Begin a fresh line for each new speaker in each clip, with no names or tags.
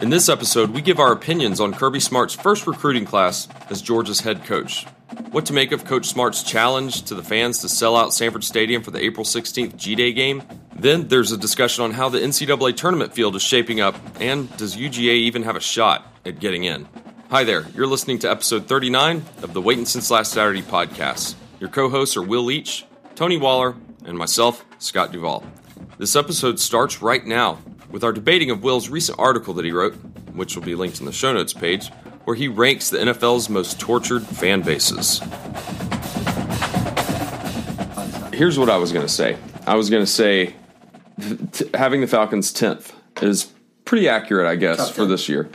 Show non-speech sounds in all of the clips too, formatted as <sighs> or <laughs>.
In this episode, we give our opinions on Kirby Smart's first recruiting class as Georgia's head coach, what to make of Coach Smart's challenge to the fans to sell out Sanford Stadium for the April 16th G Day game. Then there's a discussion on how the NCAA tournament field is shaping up, and does UGA even have a shot at getting in? Hi there, you're listening to episode 39 of the Waitin' Since Last Saturday podcast. Your co hosts are Will Leach, Tony Waller, and myself, Scott Duvall. This episode starts right now with our debating of Will's recent article that he wrote, which will be linked in the show notes page, where he ranks the NFL's most tortured fan bases. Here's what I was going to say I was going to say t- having the Falcons 10th is pretty accurate, I guess,
Top
for
10.
this year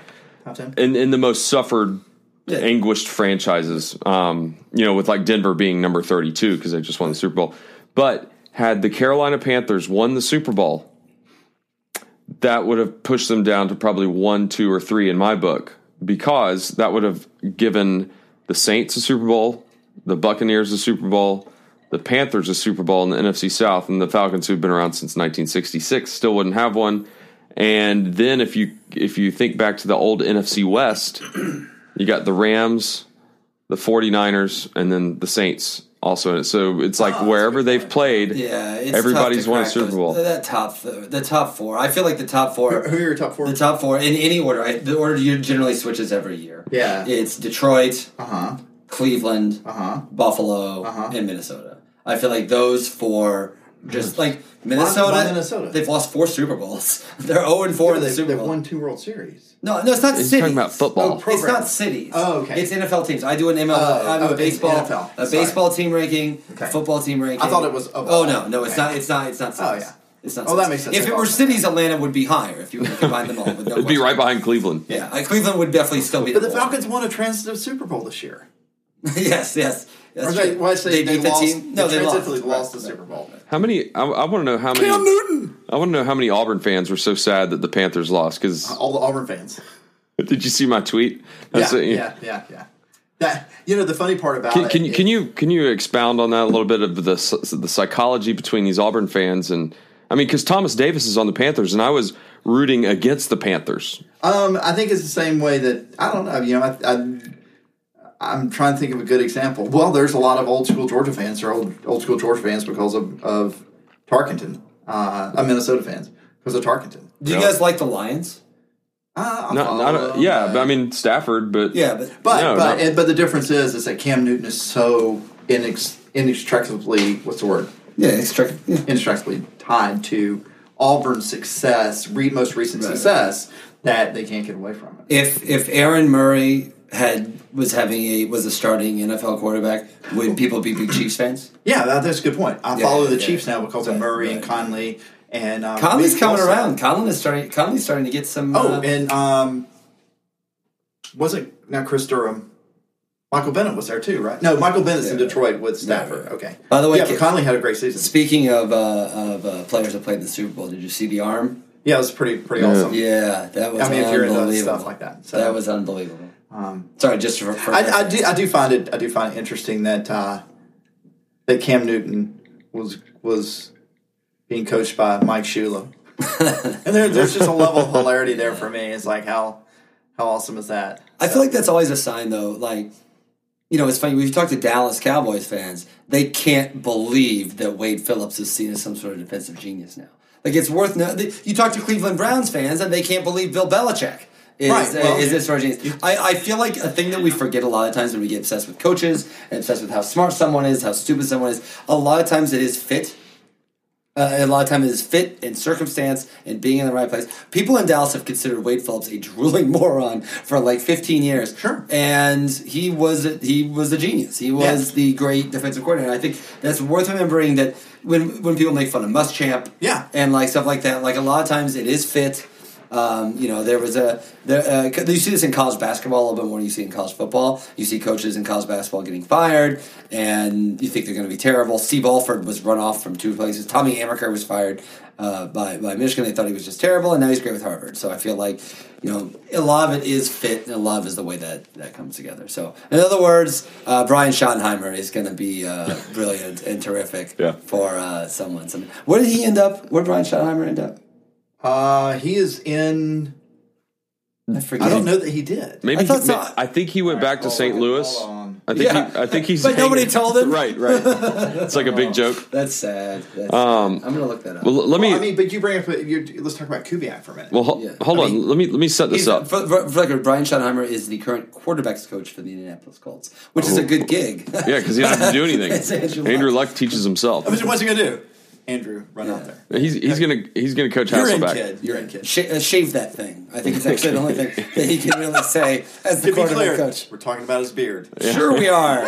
Top ten.
in in the most suffered anguished franchises um you know with like denver being number 32 because they just won the super bowl but had the carolina panthers won the super bowl that would have pushed them down to probably one two or three in my book because that would have given the saints a super bowl the buccaneers a super bowl the panthers a super bowl in the nfc south and the falcons who've been around since 1966 still wouldn't have one and then if you if you think back to the old NFC West, you got the Rams, the 49ers, and then the Saints also in it. So it's
Oh,
like wherever they've played,
Yeah, it's
Everybody's
tough to
won a
crack
Super
those-
Bowl.
That top, the top four. I feel like the top
Who are
four,
your top four?
the top four in any order. I, the order you generally switches every year.
Yeah.
it's Detroit,
Uh huh.
Cleveland,
Uh huh.
Buffalo,
Uh-huh.
and Minnesota. I feel like those four. Just like Minnesota,
why Minnesota?
they've lost four Super Bowls. <laughs> They're zero and four in the
They've,
Super
they've
Bowl.
won two World Series.
No, no, it's not
He's
cities.
talking about football.
Oh, pro-
It's not cities.
Oh, okay.
It's NFL teams. I do an ML,
Oh,
I do
oh,
a
it's
baseball,
NFL.
a
Sorry.
baseball team ranking,
Okay.
a football team ranking.
I thought it was of
Oh
all.
no, no, it's
Okay.
not. It's not. It's not. Cities.
Oh, yeah.
It's not.
Oh, that
cities.
makes sense.
If it were
Okay.
cities, Atlanta would be higher. If you were to combine them all,
<laughs>
with no
it'd be
question.
right behind Cleveland.
Yeah, I- Cleveland would definitely still be.
But the
number one.
Falcons won a transitive Super Bowl this year.
<laughs> yes, yes. That's
Or they,
true.
well, I say they,
beat the
lost,
team. No,
they,
they lost.
transitively
Right,
lost the
right.
Super Bowl.
How many? I, I want to know how many.
Newton.
I want to know how many Auburn fans were so sad that the Panthers lost. Because
All the Auburn fans.
did you see my tweet?
Yeah,
That's it, you-
yeah, yeah, yeah. That you know the funny part about
Can,
it.
can you
is-
can you can you expound on that a little bit of the s- the psychology between these Auburn fans and I mean because Thomas Davis is on the Panthers and I was rooting against the Panthers.
Um, I think it's the same way that I don't know. You know, I, I, I'm trying to think of a good example. Well, there's a lot of old school Georgia fans or old old school Georgia fans because of of Tarkenton, uh, uh, Minnesota fans because of Tarkenton.
Do you
Yeah.
guys like the Lions?
Uh, I
No,
follow
I don't- yeah,
them,
but I mean Stafford, but
Oh, Yeah, but
but
no,
but
no.
and- but the difference is is that Cam Newton is so inex, inextricably what's the word
yeah, it's tricky. Yeah.
inextricably tied to Auburn's success, re, most recent
Right.
success, that they can't get away from it.
if if Aaron Murray had was having a was a starting NFL quarterback, would people be big Chiefs fans?
Yeah, that, that's a good point. I
Yeah,
follow
yeah,
the
yeah.
Chiefs now because of
Right,
Murray and
right.
Conley and um,
Conley's
Big
coming
Wilson.
around. Conley is starting. Conley's starting to get some.
Oh,
uh,
and um, was it not Chris Durham? Michael Bennett was there too, right? No, Michael Bennett's in
Yeah.
Detroit with Stafford.
yeah.
Okay.
By the way,
yeah, but
Ki-
Conley had a great season.
speaking of uh, of uh, players that played in the Super Bowl, did you see the arm?
Yeah, it was pretty pretty awesome.
Yeah, that was.
I mean, if you're into
unbelievable.
stuff like that, so-
that was unbelievable.
Um,
Sorry, just for, for
I, I do I do find it I do find it interesting that uh, that Cam Newton was was being coached by Mike Shula,
<laughs>
and there, there's just a level of hilarity there for me. It's like how how awesome is that?
I feel like that's always a sign, though. Like, you know, it's funny when you talk to Dallas Cowboys fans, they can't believe that Wade Phillips is seen as some sort of defensive genius now. Like, it's worth no. th- You talk to Cleveland Browns fans, and they can't believe Bill Belichick. Is, uh,
Right, well-
is this sort of genius? I, I feel like a thing that we forget a lot of times when we get obsessed with coaches and obsessed with how smart someone is, how stupid someone is. A lot of times it is fit uh, a lot of time is fit and circumstance and being in the right place. People in Dallas have considered Wade Phillips a drooling <laughs> moron for like 15 years.
Sure.
and he was a, he was a genius. He was
Yeah.
the great defensive coordinator. I think that's worth remembering that when when people make fun of Muschamp,
Yeah.
and like stuff like that, like a lot of times it is fit. Um, you know, there was a there, uh, you see this in college basketball a little bit more than you see in college football. You see coaches in college basketball getting fired, and you think they're going to be terrible. Steve Alford was run off from two places. Tommy Amaker was fired uh, by by Michigan. They thought he was just terrible, and now he's great with Harvard. So I feel like you know a lot of it is fit, and a lot of it is the way that that comes together. So in other words, uh, Brian Schottenheimer is going to be uh, brilliant and terrific
Yeah.
for uh, someone. Some, where did he end up? Where did Brian Schottenheimer end up?
Uh, he is in
I forget.
I don't know that he did.
Maybe I,
thought
he,
so.
I think he went back to
hold
St.
on,
Louis.
hold on.
I think
Yeah.
he, I think he's
But nobody
hanging-
told
<laughs>
him.
Right, right. it's like a
<laughs>
big joke.
That's sad. That's
Um,
sad. I'm gonna look that up.
Well, l- let me
Well, I mean, but you bring up. You're, let's talk about Kubiak for a minute.
well ho-
yeah.
hold
I
on. let me let me set this
He's-
up.
Uh, For, for, for record, Brian Schottenheimer is the current quarterbacks coach for the Indianapolis Colts, which is a good gig.
Oh.
<laughs>
Yeah, because he doesn't have to do
It's Andrew
anything.
Luck.
Andrew Luck teaches himself.
What's he gonna do? Andrew, run out there.
He's he's gonna he's gonna coach
You're in,
Hasselback.
kid. You're in, kid.
Sh- uh, shave that thing. I think it's actually the
<laughs>
only thing that he can really say as
To
the
be
quarterback
clear,
coach.
we're talking about his beard.
Sure,
<laughs>
we are.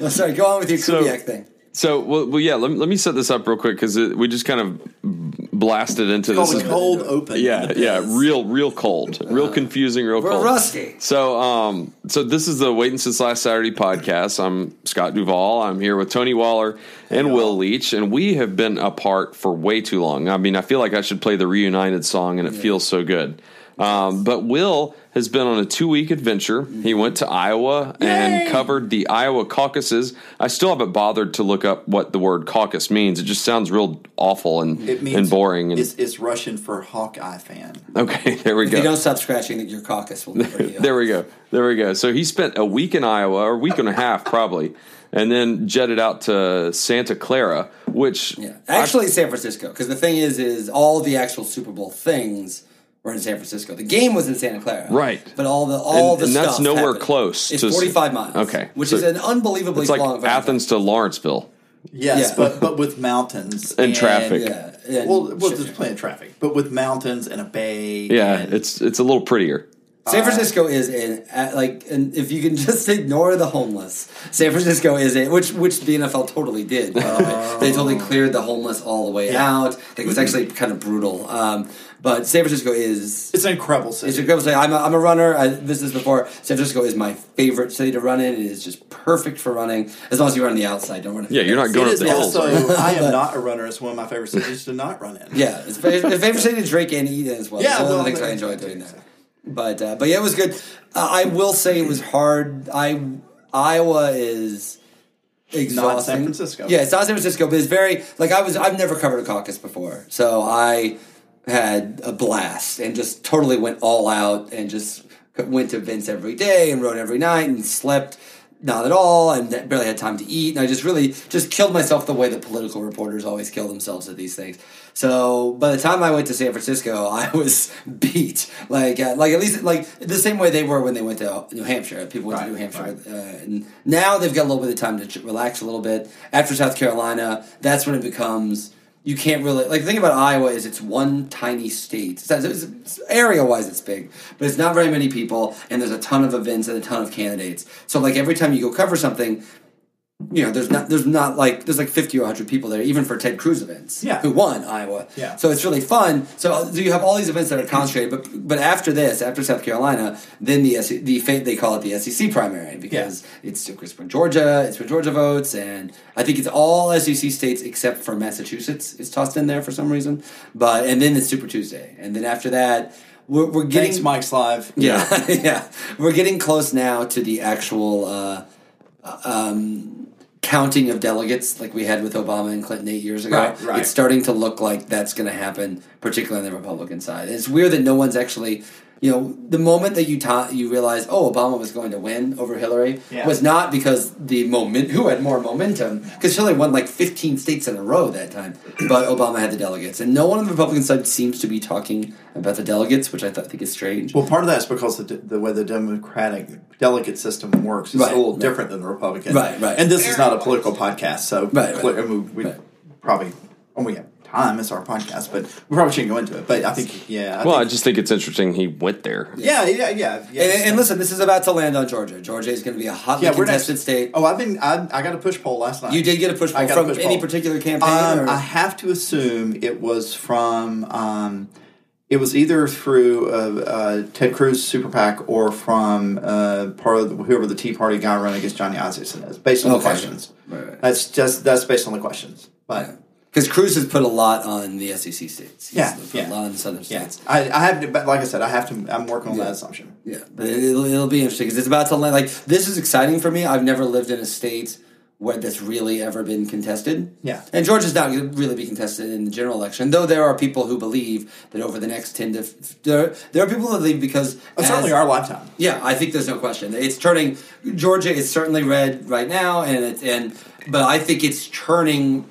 Oh, sorry, go on with your
So-
Kubiak thing.
So well, well yeah. Let, me- let me set this up real quick because we just kind of blasted into
Called
this.
a cold open.
Yeah, yeah, real, real cold, real confusing, real
We're
cold.
rusty.
So, um, so this is the Waiting Since Last Saturday podcast. I'm Scott Duvall. I'm here with Tony Waller and Will Leach, and we have been apart for way too long. I mean, I feel like I should play the reunited song, and it feels so good. Um, but Will has been on a two week adventure. He went to Iowa and covered the Iowa caucuses. I still haven't bothered to look up what the word caucus means. It just sounds real awful and,
It means
and boring. And,
It's, it's Russian for Hawkeye fan.
<laughs> okay, there we
If
go.
you don't stop scratching, that your caucus
<laughs>
will never heal.
There we go. There we go. So he spent a week in Iowa, or a week and a half probably, and then jetted out to Santa Clara, which
Yeah. Actually, San Francisco. Because the thing is, is all the actual Super Bowl things were in San Francisco. The game was in Santa Clara,
Right.
But all the all
And-
the
and
stuff
that's nowhere
happened.
close
It's
to-
forty five miles.
Okay.
which
So
is an unbelievably
it's like
long drive.
Athens to Lawrenceville.
Yes,
Yeah.
but but with mountains
<laughs> And traffic.
Yeah. and
Well, well,
shit.
there's plenty of traffic, but with mountains and a bay.
Yeah,
and-
it's it's a little prettier.
San
uh,
Francisco is an uh, like, and if you can <laughs> just ignore the homeless, San Francisco is a which which the NFL totally did. by the
Oh.
way. They totally cleared the homeless all the way out. It was actually kind of brutal. Um, but San Francisco is
it's an incredible city.
It's incredible. to say, I'm a, I'm a runner. I, this is before San Francisco is my favorite city to run in. It is just perfect for running as long as you run on the outside. Don't run.
Yeah, you're not
It
going up
is
the hills.
also. I
<laughs>
am not a runner. It's one of my favorite cities to not run in.
Yeah, it's fa- it's my favorite city to drink and eat in as well.
Yeah,
Yeah, one of
well,
the things I
there-
enjoy doing there. But uh, but yeah, it was good. Uh, I will say it was hard. I Iowa is exhausting.
Francisco.
Yeah, it's not San Francisco, but it's very like I was. I've never covered a caucus before, so I had a blast and just totally went all out and just went to events every day and rode every night and slept not at all and barely had time to eat and I just really just killed myself the way that political reporters always kill themselves at these things. So by the time I went to San Francisco, <laughs> I was beat. Like uh, like at least like the same way they were when they went to New Hampshire. People went
Right,
to New Hampshire
right.
uh, and now they've got a little bit of time to ch- relax a little bit. After South Carolina, that's when it becomes you can't really like the thing about Iowa is it's one tiny state. It's, it's, it's, area wise, it's big, but it's not very many people, and there's a ton of events and a ton of candidates. So like every time you go cover something, you know, there's not there's not like there's like fifty or hundred people there, even for Ted Cruz events.
Yeah.
who won Iowa.
Yeah.
so it's really fun. So you have all these events that are concentrated, but but after this, after South Carolina, then the SC, the fa- they call it the SEC primary because it's still it's for Georgia, it's for Georgia votes, and I think it's all SEC states except for Massachusetts is tossed in there for some reason. But and then it's Super Tuesday, and then after that. We're, we're getting
Thanks, Mike's live.
yeah, <laughs> yeah. We're getting close now to the actual uh, um, counting of delegates, like we had with Obama and Clinton eight years ago.
Right, right.
It's starting to look like that's going to happen, particularly on the Republican side. And it's weird that no one's actually. You know, the moment that you ta- you realize, oh, Obama was going to win over Hillary,
Yeah.
was not because the moment who had more momentum, because Hillary won like 15 states in a row that time, but Obama had the delegates, and no one on the Republican side seems to be talking about the delegates, which I th- think is strange.
Well, part of that is because the, the way the Democratic delegate system works is
Right,
a little
right.
different than the Republican.
Right, right.
And this is not a political podcast, so
Right, right.
clear- I mean, we
Right.
probably when we have time, it's our podcast, but we probably shouldn't go into it. But I think, yeah, I
Well, I
think,
just think it's interesting he went there.
yeah, yeah, yeah, yeah.
And, and listen, this is about to land on Georgia. Georgia is going to be a hotly
yeah, we're next-
contested state.
Oh, I've been. I, I got a push poll last night.
You did get a push
I
poll
got a
from
push
any
poll.
particular campaign?
Um,
or-
I have to assume it was from. Um, it was either through uh, uh, Ted Cruz Super PAC or from uh, part of the, whoever the Tea Party guy running against Johnny Isaacson is, based on the
Okay.
questions.
Right, right.
That's just that's based on the questions. But
Because Cruz has put a lot on the SEC states. He's
Yeah,
put
yeah.
a lot on the southern
yeah,
states.
I, I have to. But like I said, I have to. I'm working on that assumption.
Yeah, but it, will it'll be interesting because it's about to land. Like this is exciting for me. I've never lived in a state where that's really ever been contested.
Yeah.
And Georgia's not going to really be contested in the general election, though there are people who believe that over the next 10 to. f- There, there are people who believe because. as-
Oh, certainly our lifetime.
yeah, I think there's no question. It's turning Georgia is certainly red right now, and it, and but I think it's turning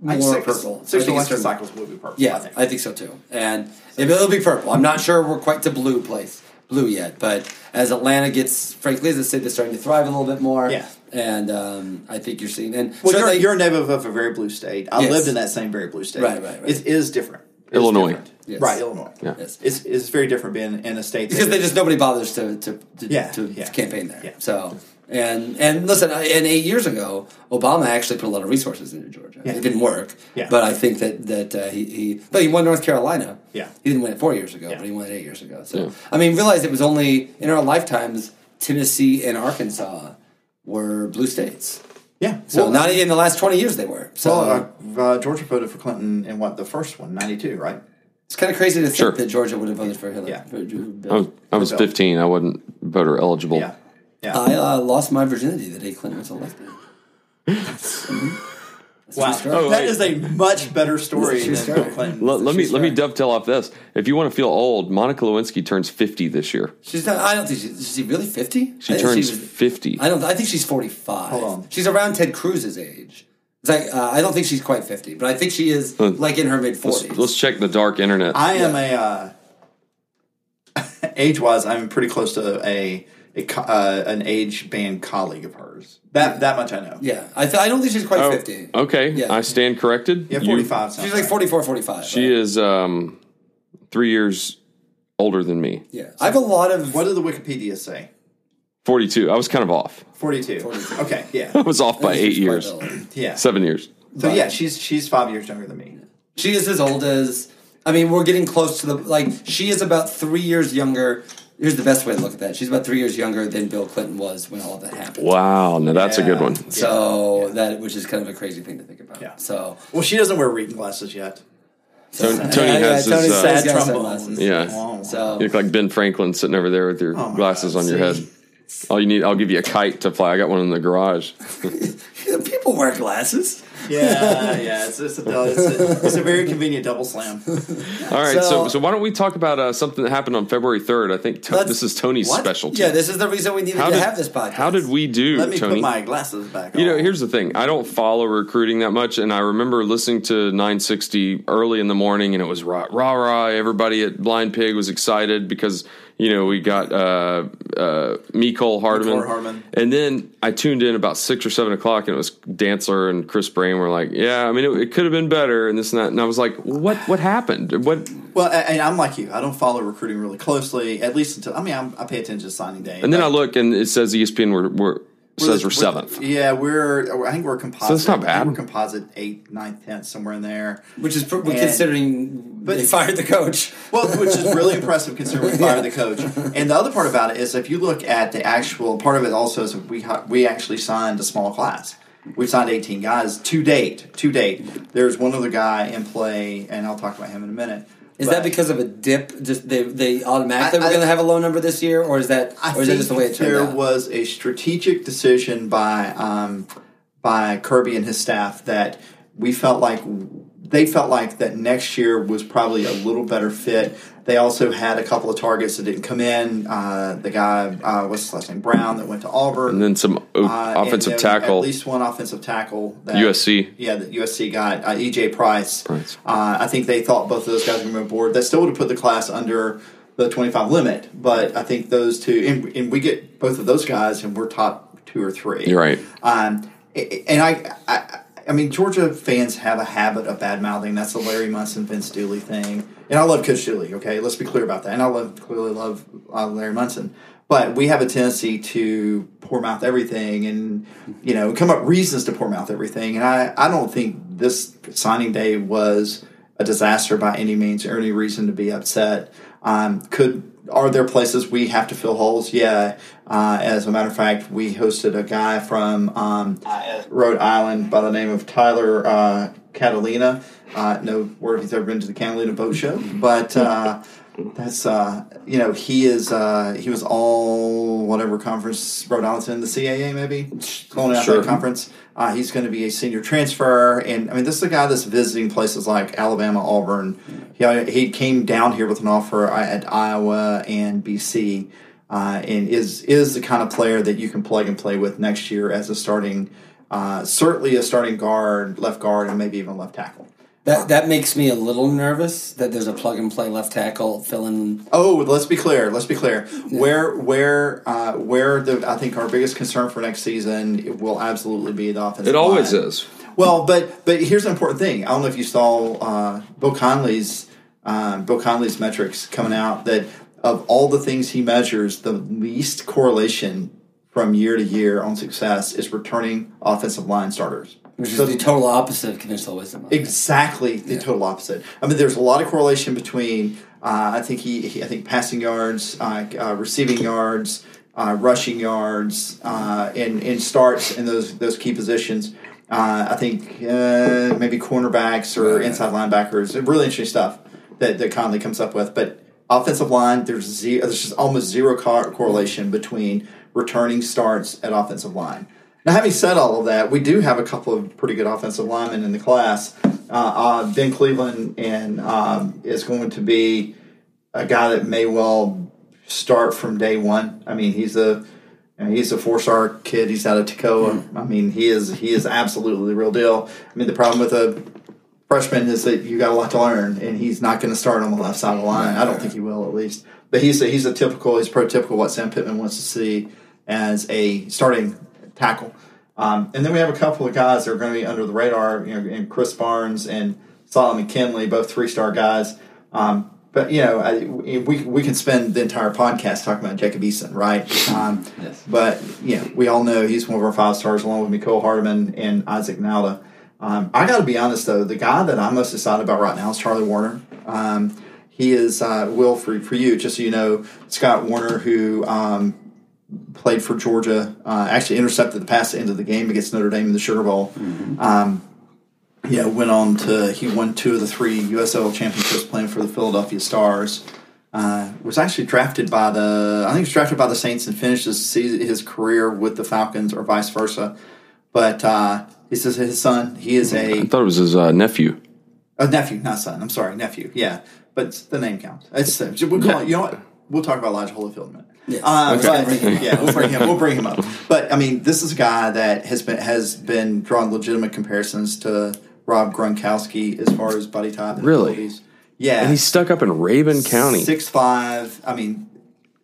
more
six,
purple. I
Six
think it's
election
turning-
cycles will be purple.
Yeah,
I think.
so too. And it, it'll be purple. I'm not sure we're quite to blue place blue yet, but as Atlanta gets, frankly, as a city that's starting to thrive a little bit more.
Yeah.
And um, I think you're seeing and
well, you're,
certainly-
you're a native of a very blue state. I
Yes.
lived in that same very blue state.
Right, right, right.
It is different. It is
Illinois.
different.
Yes.
Right, Illinois.
Yeah.
Yes.
It's, it's very different being in a state
because
that
they
is-
just nobody bothers to to, to,
Yeah,
to
yeah.
campaign there.
Yeah.
So and and listen, I- and eight years ago, Obama actually put a lot of resources into Georgia.
Yeah.
It didn't work,
Yeah.
but I think that that uh, he, he but he won North Carolina.
Yeah.
he didn't win it four years ago,
Yeah.
but he won it eight years ago. So I mean, realize it was only in our lifetimes Tennessee and Arkansas were blue states.
yeah.
So
well,
not in the last twenty years they were. So
well, uh, uh, Georgia voted for Clinton in what the first one, ninety two, right?
it's kind of crazy to think
Sure. Um,
that Georgia would have voted for Hillary.
Yeah.
for Bill.
I was, I was
Bill.
15. I wasn't voter eligible.
Yeah, yeah.
I uh, lost my virginity the day Clinton was elected.
wow,
true story.
that is a much better story
It's a
than
true story.
Bill Clinton.
Let, let me
She's
let me
right.
dovetail off this. If you want to feel old, Monica Lewinsky turns 50 this year.
She's not. I don't think she's. Is she really fifty?
She turns 50.
I don't. I think she's forty-five.
Hold on.
She's around Ted Cruz's age. It's like uh, I don't think she's quite fifty, but I think she is like in her mid
Let's, let's
forties.
check the dark internet.
I am a uh, <laughs> age wise. I'm pretty close to a, a co- uh, an age band colleague of hers. That that much I know.
Yeah, I, th- I don't think she's quite
Oh,
fifty.
Okay,
Yeah.
I stand corrected.
yeah,
You-
forty five.
She's like 44, 45.
she is um, three years older than me.
Yeah, I have a lot of.
What did the Wikipedia say?
42. I was kind of off.
Forty two.
42.
Okay, yeah,
<laughs> I was off by eight
she's quite
years,
old.
yeah. So
seven years.
yeah, she's she's five years younger than me.
She is as old as. I mean, we're getting close to the like. She is about three years younger. Here's the best way to look at that. She's about three years younger than Bill Clinton was when all of that happened.
Wow, now that's a good
Yeah.
one.
So that, which is kind of a crazy thing to think about.
Yeah.
So
Well, she doesn't wear reading glasses yet.
Tony, Tony
Yeah, yeah,
has
Tony's
his. Uh,
Bad
sad. got
trombone.
sunglasses.
Yeah.
Wow.
So
you look like Ben Franklin sitting over there with your
Oh my
glasses
God,
on your
see?
head. All you need, I'll give you a kite to fly. I got one in the garage.
<laughs> people wear glasses.
yeah, yeah. It's, it's, a, it's, a, it's a very convenient double slam.
All right, so,
So-
so why don't we talk about uh, something that happened on February third? I think to-
Let's-
this is Tony's
what?
specialty.
Yeah, this is the reason we needed
How
to
did-
have this podcast.
How did we do,
Let me
Tony?
put my glasses back.
you know,
on.
here's the thing. I don't follow recruiting that much, and I remember listening to 960 early in the morning, and it was rah rah rah. Everybody at Blind Pig was excited because you know we got uh, uh, Mikol Hardman.
Mikol Hardman.
and then I tuned in about six or seven o'clock, and it was Dantzler and Chris Brain were like, "Yeah, I mean, it, it could have been better," and this and that. And I was like, "What? What happened? What?"
Well, a- and I'm like you. I don't follow recruiting really closely, at least until I mean I'm, I pay attention to signing day.
And then I look, and it says E ESPN we're, we're, says we're seventh.
Yeah, we're I think we're composite.
So it's not
I think
bad.
We're composite eighth, ninth, tenth, somewhere in there.
Which is pr-
And-
considering they fired the coach.
Well, which is really impressive
<laughs>
considering we fired the coach. And the other part about it is if you look at the actual part of it also is we hi- we actually signed a small class. We signed 18 guys to date. To date, there's one other guy in play, and I'll talk about him in a minute.
Is
But
that because of a dip? Just they they automatically
I-
were
I-
going to have a low number this year, or is that
I
or is that
think
just the way it turned
there
out?
was a strategic decision by um, by Kirby and his staff that we felt like they felt like that next year was probably a little better fit. They also had a couple of targets that didn't come in. Uh, the guy, uh, what's his last name, Brown, that went to Auburn.
And then some o-
Uh, and
offensive
there was
tackle.
At least one offensive tackle. That,
USC.
Yeah, that USC got uh, EJ Price.
Price.
Uh, I think they thought both of those guys were on board. That still would have put the class under the 25 limit, but I think those two, and, and we get both of those guys, and we're top two or three.
You're right.
Um, a- and I, I, I mean, Georgia fans have a habit of bad mouthing. That's the Larry Munson, Vince Dooley thing. And I love Coach Dooley. Okay, let's be clear about that. And I love clearly love uh, Larry Munson, but we have a tendency to poor mouth everything, and you know, come up reasons to poor mouth everything. And I, I don't think this signing day was a disaster by any means or any reason to be upset. Um, could are there places we have to fill holes? Yeah. Uh, as a matter of fact, we hosted a guy from um, Rhode Island by the name of Tyler uh, Catalina. Uh, no word if he's ever been to the Catalina Boat Show, but uh, that's uh, you know he is uh, he was all whatever conference Rhode Island's in the CAA maybe calling out
Sure.
that conference. Uh, he's going to be a senior transfer, and I mean this is a guy that's visiting places like Alabama, Auburn. He uh, he came down here with an offer at Iowa and BC. Uh, and is is the kind of player that you can plug and play with next year as a starting, uh, certainly a starting guard, left guard, and maybe even left tackle.
That that makes me a little nervous that there's a plug and play left tackle fill in.
Oh, let's be clear. Let's be clear. Where where uh, where the I think our biggest concern for next season it will absolutely be the offensive.
It always
line.
is.
Well, but but here's an important thing. I don't know if you saw uh, Bill Conley's um, Bill Conley's metrics coming out that of all the things he measures, the least correlation from year to year on success is returning offensive line starters.
Which is
So
the total opposite of conventional wisdom.
Exactly the total opposite. I mean, there's a lot of correlation between. Uh, I think he, he. I think passing yards, uh, uh, receiving yards, uh, rushing yards, uh, and and starts in those those key positions. Uh, I think uh, maybe cornerbacks or inside linebackers. Really interesting stuff that that Conley comes up with. But offensive line, there's zero. There's just almost zero co- correlation between returning starts at offensive line. Now, having said all of that, we do have a couple of pretty good offensive linemen in the class. Uh, uh, ben Cleveland and um, is going to be a guy that may well start from day one. I mean, he's a he's a four star kid. He's out of Tacoma. I mean, he is he is absolutely the real deal. I mean, the problem with a freshman is that you got a lot to learn, and he's not going to start on the left side of the line. I don't think he will, at least. But he's a, he's a typical, he's prototypical what Sam Pittman wants to see as a starting tackle. Um, and then we have a couple of guys that are going to be under the radar, you know, and Chris Barnes and Solomon Kinley, both three star guys. Um, but you know, I, we we can spend the entire podcast talking about Jacob Eason, right? Um,
Yes.
But you know, we all know he's one of our five stars, along with Nicole Hardeman and Isaac Nauda. Um, I got to be honest though, the guy that I'm most excited about right now is Charlie Warner. Um, he is uh, Will for for you, just so you know, Scott Warner, who um, played for Georgia, uh, actually intercepted the pass at the end of the game against Notre Dame in the Sugar Bowl. Um, yeah, went on to he won two of the three USL championships playing for the Philadelphia Stars. Uh, was actually drafted by the I think he was drafted by the Saints and finished his season, his career with the Falcons or vice versa. But uh, this is his son. He is a
I thought it was his uh, nephew.
Oh, nephew, not son. I'm sorry, nephew. Yeah, but the name counts. It's uh, we'll call it, you know what we'll talk about Elijah Holyfield in a minute.
Yes.
Um,
<laughs> Okay.
but-
Bring him up.
yeah, we'll bring him. We'll bring him up. But I mean, this is a guy that has been has been drawing legitimate comparisons to Rob Gronkowski as far as body type. And
Really?
abilities. Yeah,
And he's stuck up in Raven County.
Six five. I mean,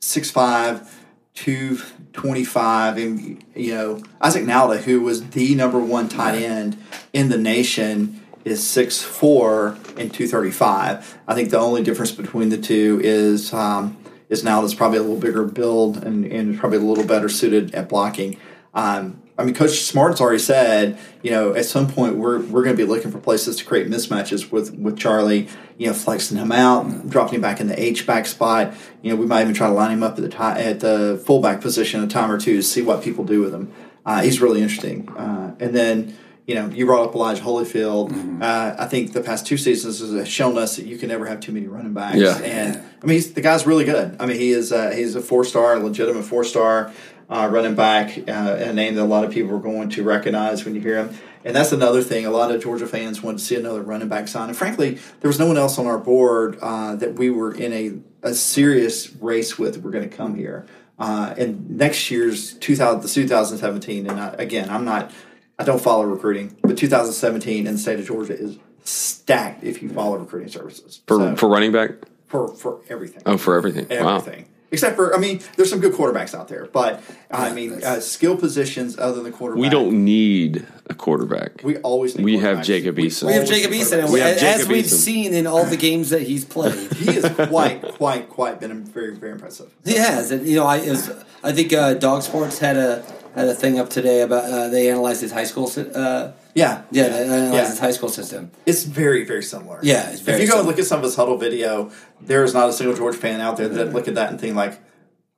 six five, two twenty five, and you know Isaac Nalda, who was the number one tight end in the nation, is six four and two thirty five. I think the only difference between the two is um, is Nalda's probably a little bigger build and and probably a little better suited at blocking. Um, I mean, Coach Smart's already said, you know, at some point we're we're going to be looking for places to create mismatches with with Charlie. You know, flexing him out, dropping him back in the H back spot. You know, we might even try to line him up at the ti- at the fullback position a time or two to see what people do with him. Uh, he's really interesting. Uh, and then you know, you brought up Elijah Holyfield. Uh, I think the past two seasons has shown us that you can never have too many running backs.
Yeah.
And I mean, he's, the guy's really good. I mean, he is uh, he's a four star, legitimate four star uh, running back, uh, a name that a lot of people are going to recognize when you hear him. And that's another thing. A lot of Georgia fans wanted to see another running back sign. And frankly, there was no one else on our board uh, that we were in a, a serious race with. that We're going to come here. Uh, and next year's 2000, the 2017, and I, again, I'm not I don't follow recruiting, but 2017 in the state of Georgia is stacked if you follow recruiting services
for,
So,
for running back?
for for everything.
Oh, for everything. Wow.
everything. Except for, I mean, there's some good quarterbacks out there, but I mean, uh, skill positions other than quarterback.
We don't need a quarterback. We,
We always need
have
quarterbacks.
Jacob
We-
Eason.
We have Jacob Eason, and
We have
as
Jacob
we've
Eason.
seen in all the games that
<laughs>
he's played,
He is quite, quite, quite been very, very impressive.
he has. And, you know, I it was, I think uh, Dog Sports had a had a thing up today about uh, they analyzed his high school. si- Uh,
Yeah,
yeah, they analyzed
Yeah.
his high school system.
It's very, very similar.
Yeah, it's very
If you go
similar.
look at some of his huddle video, there is not a single George fan out there that look at that and think like,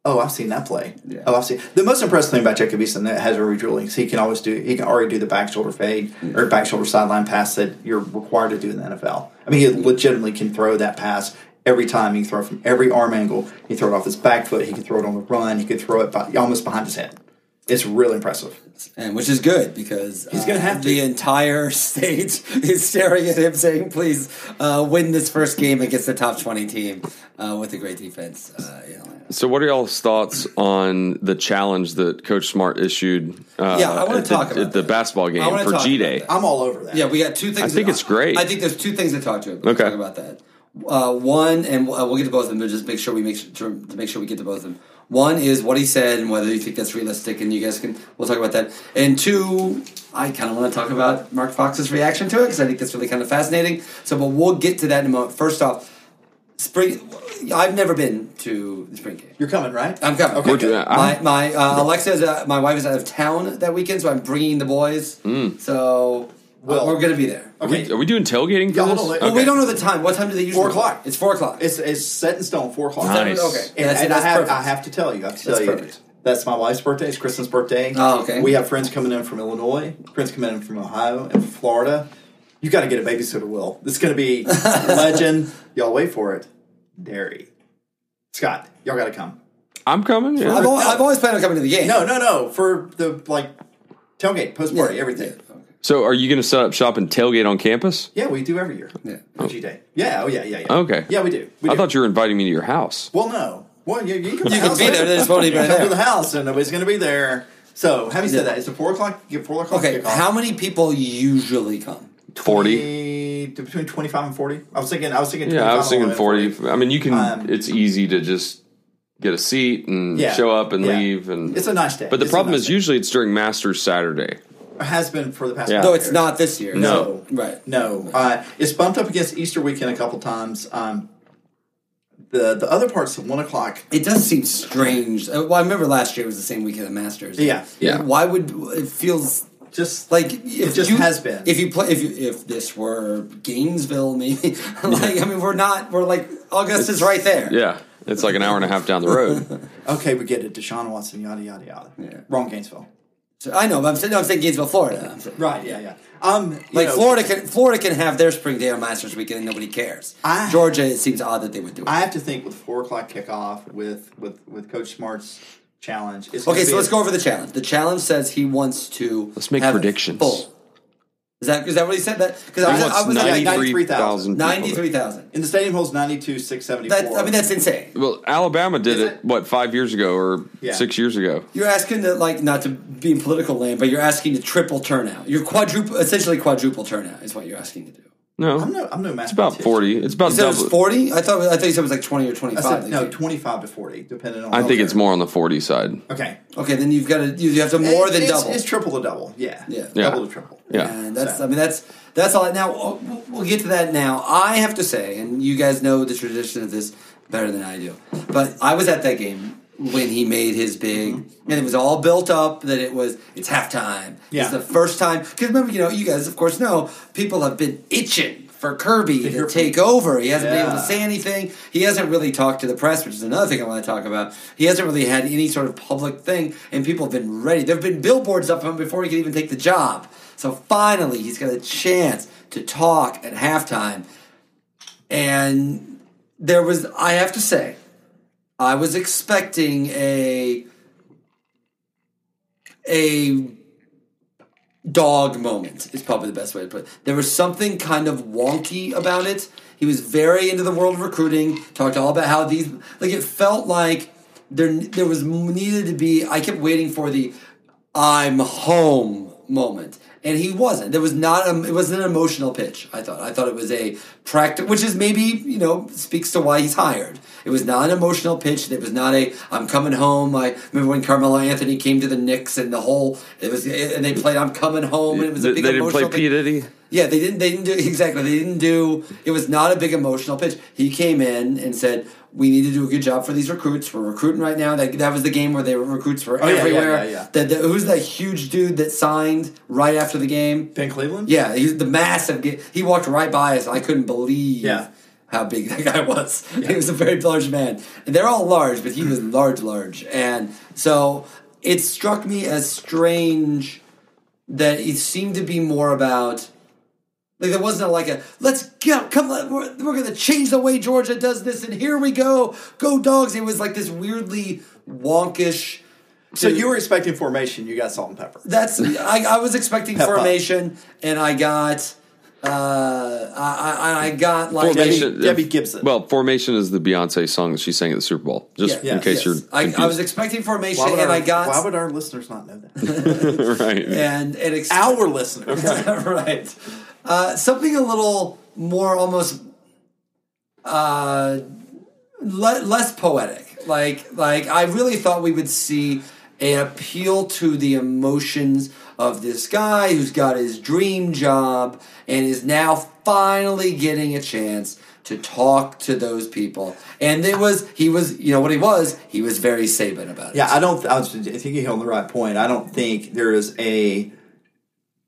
oh, I've seen that play. Oh, I've seen the most impressive thing about Jacob Eason that has a redueling is he can always do he can already do the back shoulder fade or back shoulder sideline pass that you're required to do in the NFL. I mean, he legitimately can throw that pass every time. He can throw it from every arm angle. He can throw it off his back foot. He can throw it on the run. He could throw it by, almost behind his head. It's really impressive.
and which is good because he's
gonna have
the
to.
entire <laughs> state is staring at him saying, "Please uh, win this first game against the top twenty team uh, with a great defense." Uh, in Atlanta."
So, what are y'all's thoughts on the challenge that Coach Smart issued? Uh,
Yeah, I wanna
at the-
talk about
at the
that.
basketball game
wanna
for
talk
G Day.
about
I'm all over that.
Yeah, we got two things.
I think
that-
it's great.
I think there's two things to talk to about.
Okay.
Talk about that. Uh, one, and we'll, uh, we'll get to both of them, but just make sure we make sure to make sure we get to both of them. One is what he said and whether you think that's realistic, and you guys can we'll talk about that. And two, I kind of want to talk about Mark Fox's reaction to it because I think that's really kind of fascinating. So, but we'll get to that in a moment. First off, spring. I've never been to the spring game.
You're coming, right?
I'm coming.
Okay.
We're doing-
My
I'm-
my uh, Alexa's uh, my wife is out of town that weekend, so I'm bringing the boys. So
Well-
we're gonna be there.
Are we, are we doing tailgating for
Yeah, hold
this?
on, wait.
Well,
Okay.
we don't know the time. What time do they usually?
Four o'clock.
It's four o'clock.
It's, it's set in stone, four o'clock.
Nice.
okay.
And,
that's,
and
that's
I, have,
perfect.
I have to tell you, I have to
That's
tell you,
perfect.
that's my wife's birthday. It's Kristen's birthday.
Oh, okay.
We have friends coming in from Illinois, friends coming in from Ohio and from Florida. You got to get a babysitter, Will. It's going to
<laughs>
be legend. Y'all wait for it. Dairy. Scott, y'all got to come.
I'm coming. yeah.
I've, always, I've always planned on coming to the game.
No, no, no. For the like tailgate, post
Yeah,
party, everything.
yeah, okay.
So, are you going to set up shop and tailgate on campus?
Yeah, we do every year.
Yeah.
For G Day. Yeah, oh, yeah, yeah, yeah.
Okay.
Yeah, we do. We
I
do.
thought you were inviting me to your house.
Well, no. Well, you, you can,
You can be there. They just won't
<laughs>
even
come to
there.
the house, and nobody's going to be there. So, having said that, it's a four o'clock. Get four o'clock.
Okay.
kickoff.
How many people usually come?
40.
Eh, Between twenty-five and forty. I was thinking. I was thinking.
Yeah, I was
25
thinking
and
40. I mean, you can,
Um,
it's easy to just get a seat and
Yeah.
show up and
Yeah.
leave. And
It's a nice day.
But the
It's a
problem
nice
is
day.
usually it's during Masters Saturday.
It has been for the past.
Yeah.
couple
No, it's
years.
not this year.
No.
So- Right.
No, uh, it's bumped up against Easter weekend a couple times. Um, the the other parts of one o'clock.
It does seem strange. Uh, Well, I remember last year was the same weekend at Masters.
Yeah.
Yeah.
Why would it feels
Just
Like if
It just
you,
has been.
If you play, if you, if this were Gainesville, maybe <laughs> like I mean, we're not. We're like Augusta's right there.
Yeah. It's like an hour and a half down
<laughs>
the road.
okay, we get it. Deshaun Watson, yada yada yada.
Yeah.
Wrong Gainesville.
So, I know, but I'm saying, no, I'm saying Gainesville, Florida. I'm saying-
Right. Yeah. Yeah. Um, you
Like
know,
Florida can Florida can have their spring day on Masters weekend and nobody cares.
I-
Georgia, it seems odd that they would do it.
I have to think with four o'clock kickoff with with with Coach Smart's challenge. It's
okay,
gonna be
so let's
a-
go over the challenge. The challenge says he wants to
Let's make
have a
predictions.
full- Is that is that what he said? That because I was, I was
yeah,
93,000 people.
ninety three thousand.
And the stadium holds ninety two six seventy
That
four.
I mean, that's insane.
Well, Alabama did
Is
it,
it-
what, five years ago or
Yeah.
six years ago?
You're asking to like not to be in political land, but you're asking to triple turnout. You're quadruple, essentially quadruple turnout is what you're asking to do.
No.
I'm no I'm no
it's about 40. It's about
You said it was
double.
forty. I thought I thought you said it was like twenty or twenty
I
five.
said no twenty five to forty, depending on.
I think
healthcare.
it's more on the 40 side.
Okay,
okay, then you've got to you, you have to more
It-
than
it's,
double.
It's triple to double. Yeah.
Yeah.
Yeah.
Double to triple.
Yeah.
And that's
So-
I mean that's that's all. Now oh, we'll- we'll get to that. Now I have to say, and you guys know the tradition of this better than I do, but I was at that game when he made his big, and it was all built up that it was it's halftime.
Mm-hmm. Yeah.
It's the first time because remember you know you guys of course know people have been itching. For Kirby to,
hear from-
take over, he hasn't been able to
Yeah.
say anything. He hasn't really talked to the press, which is another thing I want to talk about. He hasn't really had any sort of public thing, and people have been ready. There have been billboards up on him before he could even take the job. So finally, he's got a chance to talk at halftime. And there was, I have to say, I was expecting a a dog moment is probably the best way to put it. There was something kind of wonky about it. He was very into the world of recruiting. Talked all about how these like it felt like there there was needed to be. I kept waiting for the I'm home moment. And he wasn't. There was not. A, it was an emotional pitch. I thought. I thought it was a practice, which is maybe you know speaks to why he's hired. It was not an emotional pitch. and It was not a I'm coming home. I remember when Carmelo Anthony came to the Knicks and the whole it was and they played I'm coming home and it was a
They,
big
they didn't
emotional
play P.
thing.
Diddy?
Yeah, they didn't. They didn't do <laughs> exactly. They didn't do. It was not a big emotional pitch. He came in and said, "We need to do a good job for these recruits. We're recruiting right now." That that was the game where they were recruits were
Oh, yeah, yeah,
everywhere.
yeah, yeah.
The- the- who's that huge dude that signed right after the game?
Ben Cleveland.
Yeah, he's the massive. ge- He walked right by us. I couldn't believe
Yeah.
how big that <laughs> guy was. He was a very large man. And they're all large, but he was large, large. And so it struck me as strange that it seemed to be more about like there wasn't like a let's go come on, we're, we're gonna change the way Georgia does this and here we go go dogs. It was like this weirdly wonkish.
So you were expecting formation. You got salt and pepper.
That's I, I was expecting
Pep up.
formation and I got uh I I, I got like
Formation,
Debbie Gibson.
Well, formation is the Beyonce song that she sang at the Super Bowl. Just
Yeah.
in case
Yes.
you're
I,
confused.
I was expecting formation
Why would,
and
our,
I got
why would our listeners not know that?
<laughs> right.
and and ex-
our listeners.
<laughs> right. Uh, something a little more almost uh, le- less poetic. Like like I really thought we would see an appeal to the emotions of this guy who's got his dream job and is now finally getting a chance to talk to those people. And it was he was you know what he was he was very Saban about it.
Yeah, I don't. I, was, I think you hit on the right point. I don't think there is a.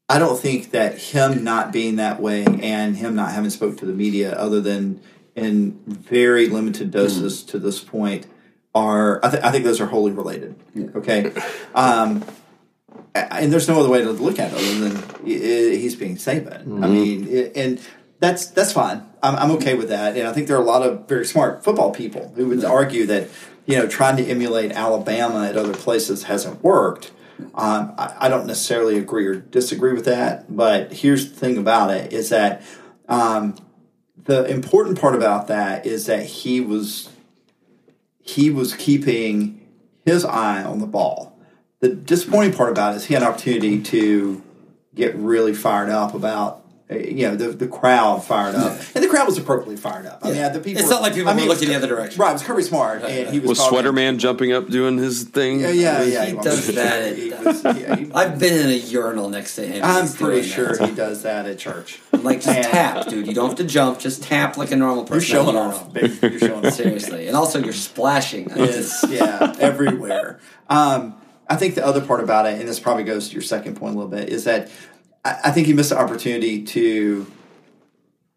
I don't think that him not being that way and him not having spoke to the media, other than in very limited doses to this point, are. I, th- I think those are wholly related. Okay, um, a- and there's no other way to look at it other than i- i- he's being Saban. I mean, i- and that's that's fine. I'm, I'm okay with that. And I think there are a lot of very smart football people who would argue that you know trying to emulate Alabama at other places hasn't worked. Um, I, I don't necessarily agree or disagree with that. But here's the thing about it is that um, the important part about that is that he was he was keeping his eye on the ball. The disappointing part about it is he had an opportunity to get really fired up about uh, you know the, the crowd fired up,
<laughs>
and the crowd was appropriately fired up. I mean, the people.
It's not like people
I mean,
were
it was-
looking the other direction.
Right, it was Kirby Smart, and he was,
Was
talking-
Sweater Man jumping up doing his thing?
Yeah, yeah, yeah.
He
was-
does that.
he was- yeah,
<laughs>
he-
I've been in a urinal next to him.
I'm
He's doing
pretty
that.
sure he does that at church.
Like just
And-
tap, dude. You don't have to jump. Just tap like a normal
You're
person.
showing
No,
off.
no.
baby. You're showing off.
<laughs> Seriously, and also you're splashing. I
is yeah everywhere um, i think the other part about it and this probably goes to your second point a little bit is that i, I think he missed the opportunity to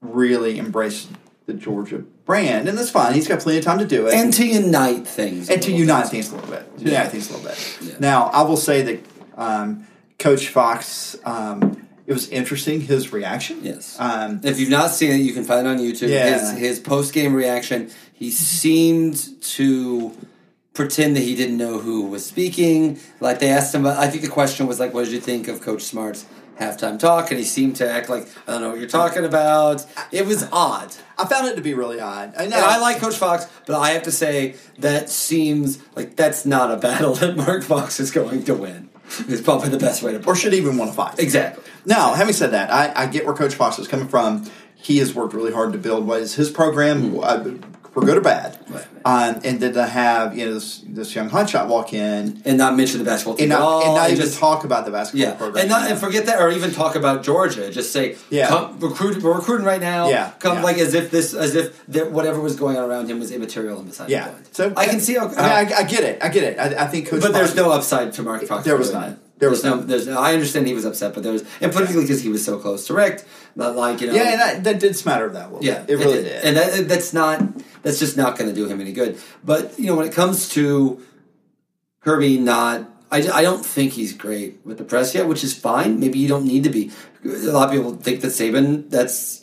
really embrace the georgia brand and that's fine he's got plenty of time to do it
and to unite things. a
and to
little
unite things a little bit. To unite things a little bit.
Yeah.
Now, I will say that um, Coach Fox, um, it was interesting his reaction.
bit. Yes.
Um,
if you've not seen it, you can find it on YouTube.
Yeah.
His his post game reaction. He seemed to pretend that he didn't know who was speaking. Like they asked him. I think the question was like, "What did you think of Coach Smart's halftime talk?" And he seemed to act like, "I don't know what you're talking about." It was odd.
I found it to be really odd. And
And I like Coach Fox, but I have to say that seems like that's not a battle <laughs> that Mark Fox is going to win. It's probably the best way to
or
push.
should even want to fight.
Exactly.
Now, having said that, I, I get where Coach Fox is coming from. He has worked really hard to build what is his program, uh, for good or bad.
Mm-hmm. Right.
Um, and then to have you know this, this young hotshot walk in
And not mention the basketball team
and
at
not,
all.
and not even
Oh, just
talk about the basketball
yeah,
program,
and not and forget that, or even talk about Georgia. Just say,
Yeah.
come, recruit. We're recruiting right now.
Yeah,
come
yeah.
like as if this, as if that whatever was going on around him was immaterial and beside the
yeah.
point.
So uh,
I can see how.
I, mean, I, I get it. I get it. I, I think Coach,
But there's
Fox-
no upside to Mark Fox.
There was
doing
none.
it.
There was
There's no.
none.
There's no. I understand he was upset, but there was, and particularly because he was so close to Rick. But like you know,
Yeah, and that, that did smatter that a little
Yeah,
bit. It really did.
And that, that's not that's just not going to do him any good. But you know, when it comes to Kirby, not I, I don't think he's great with the press yet, which is fine. Maybe you don't need to be. A lot of people think that Saban. That's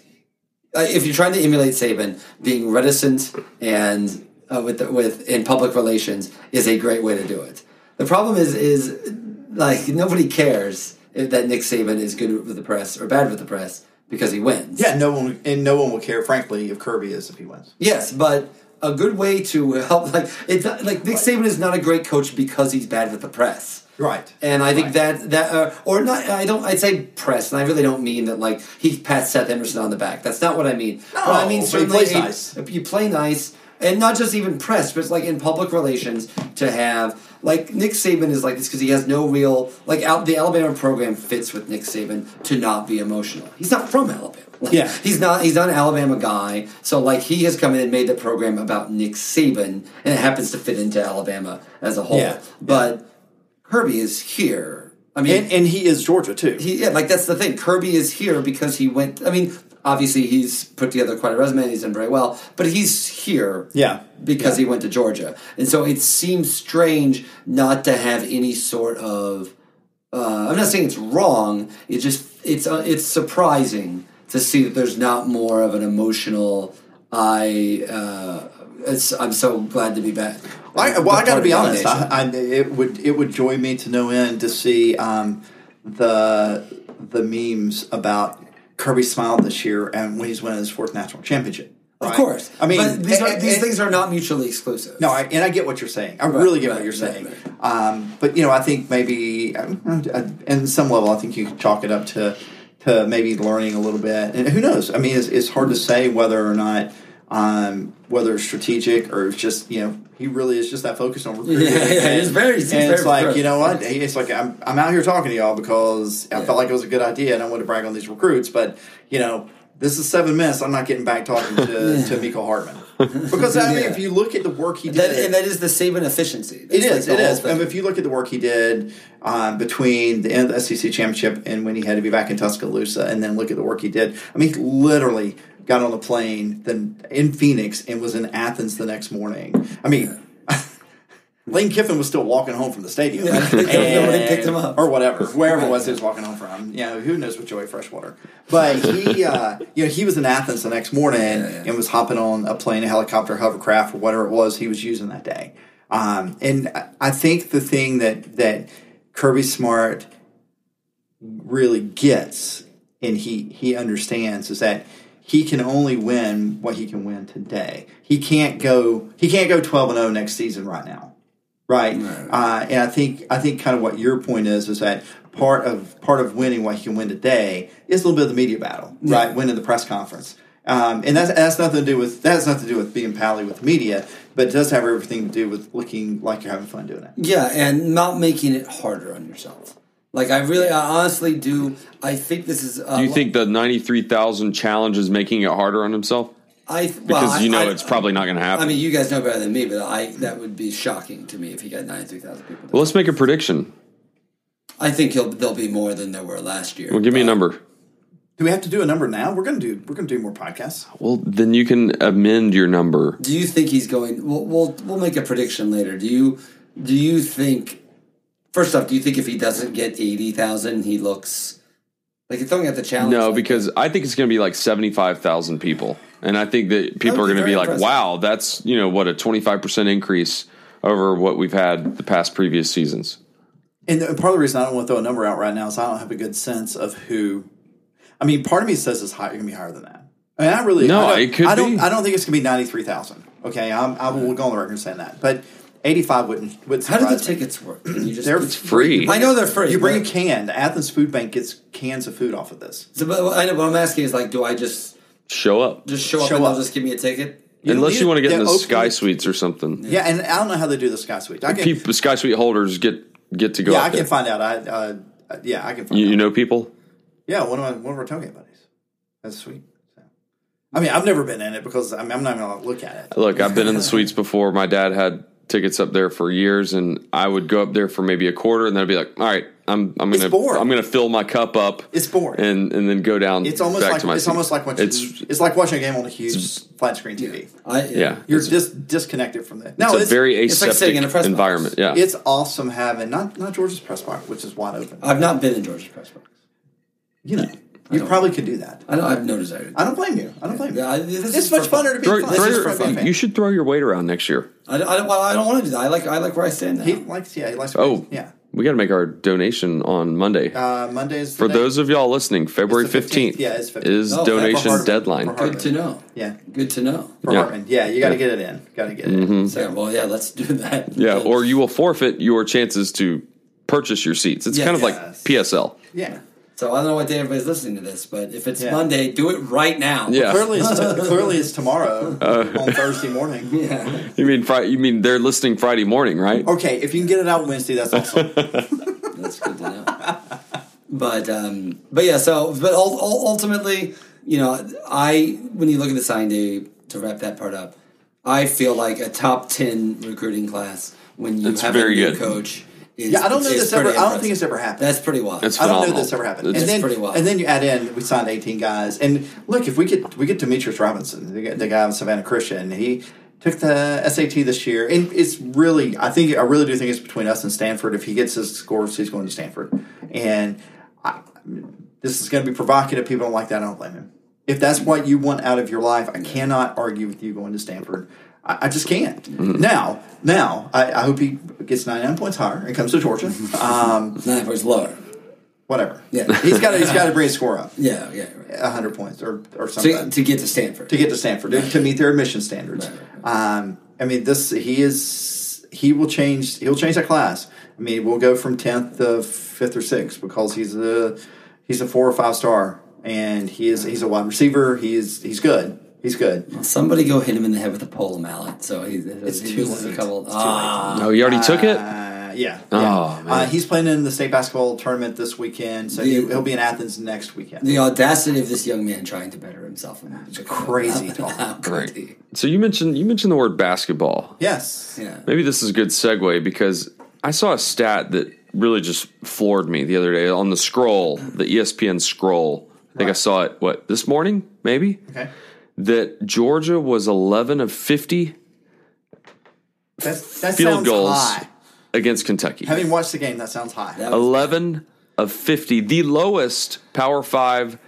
uh, if you're trying to emulate Saban, being reticent and uh, with the, with in public relations is a great way to do it. The problem is is like nobody cares if that Nick Saban is good with the press or bad with the press because he wins.
yeah, no one and no one will care, frankly, if Kirby is if he wins.
Yes, but a good way to help, like it's not- like Nick Saban is not a great coach because he's bad with the press.
Right.
And I think that that uh, or not, I don't. I'd say press, and I really don't mean that. Like he pats Seth Emerson on the back. That's not what I mean. No, I
but
mean
he
certainly
plays
a-
nice.
if you play nice, and not just even press, but it's like in public relations to have like Nick Saban is like this because he has no real like out the Alabama program fits with Nick Saban to not be emotional. He's not from Alabama. Like,
Yeah.
he's not he's not an Alabama guy. So like he has come in and made the program about Nick Saban, and it happens to fit into Alabama as a whole.
Yeah.
But Kirby is here. I mean,
And and he is Georgia too.
he, yeah, like that's the thing. Kirby is here because he went. I mean, obviously he's put together quite a resume and he's done very well, but he's here
Yeah.
because he went to Georgia. And so it seems strange not to have any sort of uh, I'm not saying it's wrong, it just it's uh, it's surprising to see that there's not more of an emotional I uh, it's, I'm so glad to be back.
I, well, I got to be
Part of
honest.
the
I,
nation.
I, it would it would joy me to no end to see um, the the memes about Kirby smiled this year and when he's winning his fourth national championship.
Of
right?
course,
I mean
but these, are,
and-
these
and-
things are not mutually exclusive.
No, I, and I get what you're saying. I really get
right,
what you're
right,
saying. Um, but you know, I think maybe, um, in some level, I think you could chalk it up to to maybe learning a little bit. And who knows? I mean, it's, it's hard to say whether or not um, whether it's strategic or it's just you know he really is just that focused on recruiting.
Yeah, yeah, he's very- he's
and it's
very
like
correct.
you know what? It's like I'm I'm out here talking to y'all because I felt like it was a good idea and I wanted to brag on these recruits, but you know. This is seven minutes. I'm not getting back talking
<laughs>
to, to Miko Hartman because I mean,
Yeah.
if you look at the work he did,
That, and that is the Saban efficiency.
it
That's like
is.
the
It
whole
is.
thing.
And if you look at the work he did um, between the end of the SEC championship and when he had to be back in Tuscaloosa, and then look at the work he did. I mean, he literally got on the plane then in Phoenix and was in Athens the next morning. I mean. Lane Kiffin was still walking home from the stadium,
Yeah, nobody picked him up.
or
<laughs>
whatever, wherever it was he was walking home from. You know, who knows with Joey Freshwater, but
<laughs>
he, uh, you know, he was in Athens the next morning and was hopping on a plane, a helicopter, hovercraft, or whatever it was he was using that day. Um, and I- I think the thing that that Kirby Smart really gets and he he understands is that he can only win what he can win today. He can't go he can't go 12 and 0 next season right now. Right? Uh, and I think I think kind of what your point is is that part of part of winning what he can win today is a little bit of the media battle, right? Winning the press conference. Um, and that's that's nothing to do with that's nothing to do with being pally with the media, but it does have everything to do with looking like you're having fun doing it.
Yeah, and not making it harder on yourself. Like I really, I honestly do. I think this is. Uh,
Do you think the 93,000 challenge is making it harder on himself?
I
Because
well, I-
you know
I-
it's probably not going to happen.
I mean, you guys know better than me, but I that would be shocking to me if he got ninety three thousand people.
well, let's make a prediction.
I think he'll there'll be more than there were last year.
Well, give me a
But-
number.
Do we have to do a number now? We're gonna do we're gonna do more podcasts.
Well, then you can amend your number.
Do you think he's going? We'll, we'll we'll make a prediction later. Do you do you think? First off, do you think if he doesn't get eighty thousand, he looks like you're throwing out the challenge?
No,
like-
because I think it's going to be like 75,000 people. And I think that people
That
are
would
going
be
to be
very
like,
impressive.
wow, that's, you know, what, a 25% increase over what we've had the past previous seasons.
And the- part of the reason I don't want to throw a number out right now is I don't have a good sense of who. I mean, part of me says it's high, going to be higher than that. I mean, I really
No,
I don't,
it could
I don't.
be.
I don't think it's going to be ninety three thousand. Okay, I'm, I will go on the record saying that. But eighty five wouldn't. Would
how
surprise
do the
me.
tickets work? Can you just
They're
It's free.
I know they're free.
You bring a
but-
can. The Athens Food Bank gets cans of food off of this.
So, but I know what I'm asking is like, do I just
Show up.
just show up
Show
and
up.
they'll just give me a ticket?
You
Unless
need
you want to get in
that
the
open-
Sky Suites or something.
Yeah, and I don't know how they do the Sky Suite. I can.
People, Sky Suite holders get get to go
yeah,
out
I can
there.
find out. I. Uh, yeah, I can find
you,
out.
you know people?
Yeah, one of my one of our tailgate buddies. That's sweet. So, I mean, I've never been in it because I mean, I'm not even going to look at it.
Look, I've been
<laughs>
in the suites before. My dad had tickets up there for years, and I would go up there for maybe a quarter, and then I'd be like, "All right, I'm I'm gonna
bored.
I'm gonna fill my cup up,
It's boring.
and and then go down.
It's almost
back
like
to my
it's
seat.
almost like watching it's,
it's
like watching a game on a huge flat screen TV.
I
yeah,
You're
it's,
just disconnected from that. No,
it's a very
it's like
aseptic
sitting in a press box.
environment. Yeah,
it's awesome having not not George's press box, which is wide open.
I've not been in Georgia's press box.
You know, you probably could do that.
I don't. I have no desire.
I don't blame you. I don't blame you.
Yeah, I- this is
it's much
for fun.
funner to be
Throw-
fun.
throw
This is
your-
for being a fan.
you should throw your weight around next year.
I, don't- I don't. Well, I don't want to do that. I like. I like where I stand now.
He likes. Yeah, he likes.
Oh,
yeah.
we got to make our donation on Monday.
Uh, Mondays
for those of y'all listening, February
It's the 15th.
fifteenth
Yeah, it's 15th.
is
Oh, that's
donation
hard.
deadline.
Hard.
Good to know.
Yeah,
Good to know.
for
Yeah. Mm-hmm.
Hartman. Yeah, you got to get it in. Got to get it. in.
So, yeah, well, yeah. Let's do that.
Yeah,
<laughs>
or you will forfeit your chances to purchase your seats. It's
Yeah,
kind of
yes.
like PSL.
Yeah.
So I don't know what day everybody's listening to this, but if it's
Yeah.
Monday, do it right now.
Yeah. Uh.
Clearly,
<laughs>
it's clearly it's tomorrow on Thursday morning.
<laughs> Yeah.
You mean Friday? You mean they're listening Friday morning, right?
Okay, if you can get it out Wednesday,
<laughs>
that's awesome.
That's good to know. but um, but yeah, so but ul- ul- ultimately, you know, I when you look at the sign day to wrap that part up, I feel like a top ten recruiting class when you
It's
have a
very
new
good.
coach is
Yeah, I don't know
it's
this ever.
pretty
I don't think
impressive.
it's ever happened.
That's pretty wild.
That's-
I don't know
phenomenal.
this ever happened.
It's
and then,
pretty wild.
And then you add in we signed eighteen guys, and look if we get we get Demetrius Robinson, the, guy- the guy in Savannah Christian, he took the SAT this year, and it's really I think I really do think it's between us and Stanford. If he gets his scores, he's going to Stanford, and I, this is going to be provocative. People don't like that. I don't blame him. If that's what you want out of your life, I cannot argue with you going to Stanford. I, I just can't.
Mm-hmm.
Now, now, I, I hope he gets 99 points higher and comes
<laughs>
to Georgia. Um,
Nine points lower.
whatever.
Yeah.
He's got to he's got to bring his score up
Yeah, yeah. Right.
hundred points or or something
To,
to,
to get to Stanford.
get to Stanford to, to meet their admission standards. Um, I mean, this he is he will change he'll change that class. I mean, we'll go from tenth to fifth or sixth because he's a he's a four or five star and he is he's a wide receiver. He is he's good. He's good.
Somebody go hit him in the head with a pole mallet. So he, it's he
too
loses
late.
a couple.
It's too
Ah.
Oh, you already took it.
Uh, yeah.
Oh,
yeah.
man.
Uh, he's playing in the state basketball tournament this weekend, so he,
The-
he'll be in Athens next weekend.
The audacity of this young man trying to better himself. It's
crazy talk.
<laughs> How could he?
Right. So you mentioned you mentioned the word basketball.
yes.
Yeah.
Maybe this is a good segue because I saw a stat that really just floored me the other day on the scroll, the E ESPN scroll. I think I saw it what this morning, maybe
Okay.
that Georgia was eleven of fifty
That's, that
field
sounds
goals
high.
against Kentucky.
Having watched the game, that sounds high.
That was-
11 of 50, the lowest Power 5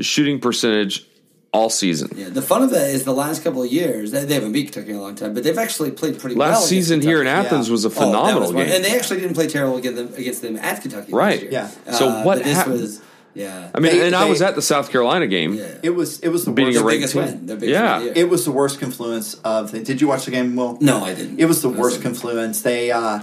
shooting percentage all season.
yeah. The fun of that is the last couple of years, they, they haven't beat Kentucky in a long time, but they've actually played pretty well.
Last
against
season here in
Kentucky.
Athens
Yeah.
was a
Oh, that was
phenomenal
one-
game.
And they actually didn't play terrible against them, against them at Kentucky.
Right.
This year.
Yeah.
So
Uh,
what
but this
hap-
was? Yeah.
I mean,
they-
and I
they-
was at the South Carolina game.
Yeah.
It was it was the
Beating
worst.
a ranked
biggest
team.
win, their biggest
yeah.
win of the year.
It was the worst confluence of. The, did you watch the game? Well,
No, I didn't.
It was the
I
worst
didn't.
confluence. They uh,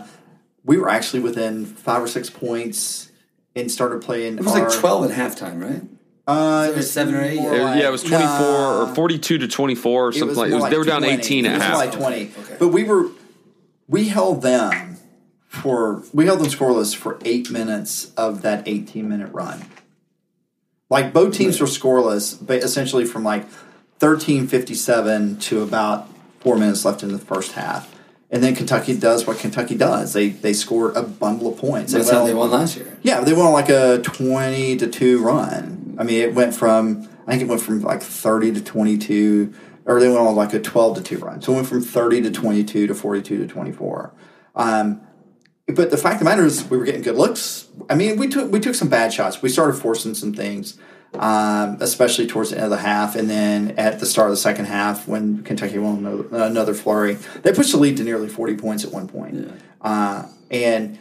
we were actually within five or six points and started playing.
It was
our-
like twelve at halftime, right?
Uh,
was seven or eight,
more
It-
like-
yeah, it was 24
Nah.
or 42 to 24 or
It
something
was
like
more
that. They were down
20.
18
It
and a
was
half.
like 20.
Okay.
But we were, we held them for, we held them scoreless for eight minutes of that 18 minute run. Like both teams were scoreless, but essentially from like 1357 to about four minutes left in the first half. And then Kentucky does what Kentucky does. They they score a bundle of points.
That's
went
how
on-
they won last year.
yeah, they went on like a twenty to two run. I mean, it went from I think it went from like thirty to twenty two, or they went on like a twelve to two run. So it went from thirty to twenty two to forty two to twenty four. Um, but the fact of the matter is, we were getting good looks. I mean, we took we took some bad shots. We started forcing some things, um, especially towards the end of the half, and then at the start of the second half, when Kentucky won another, another flurry, they pushed the lead to nearly forty points at one point. Uh, and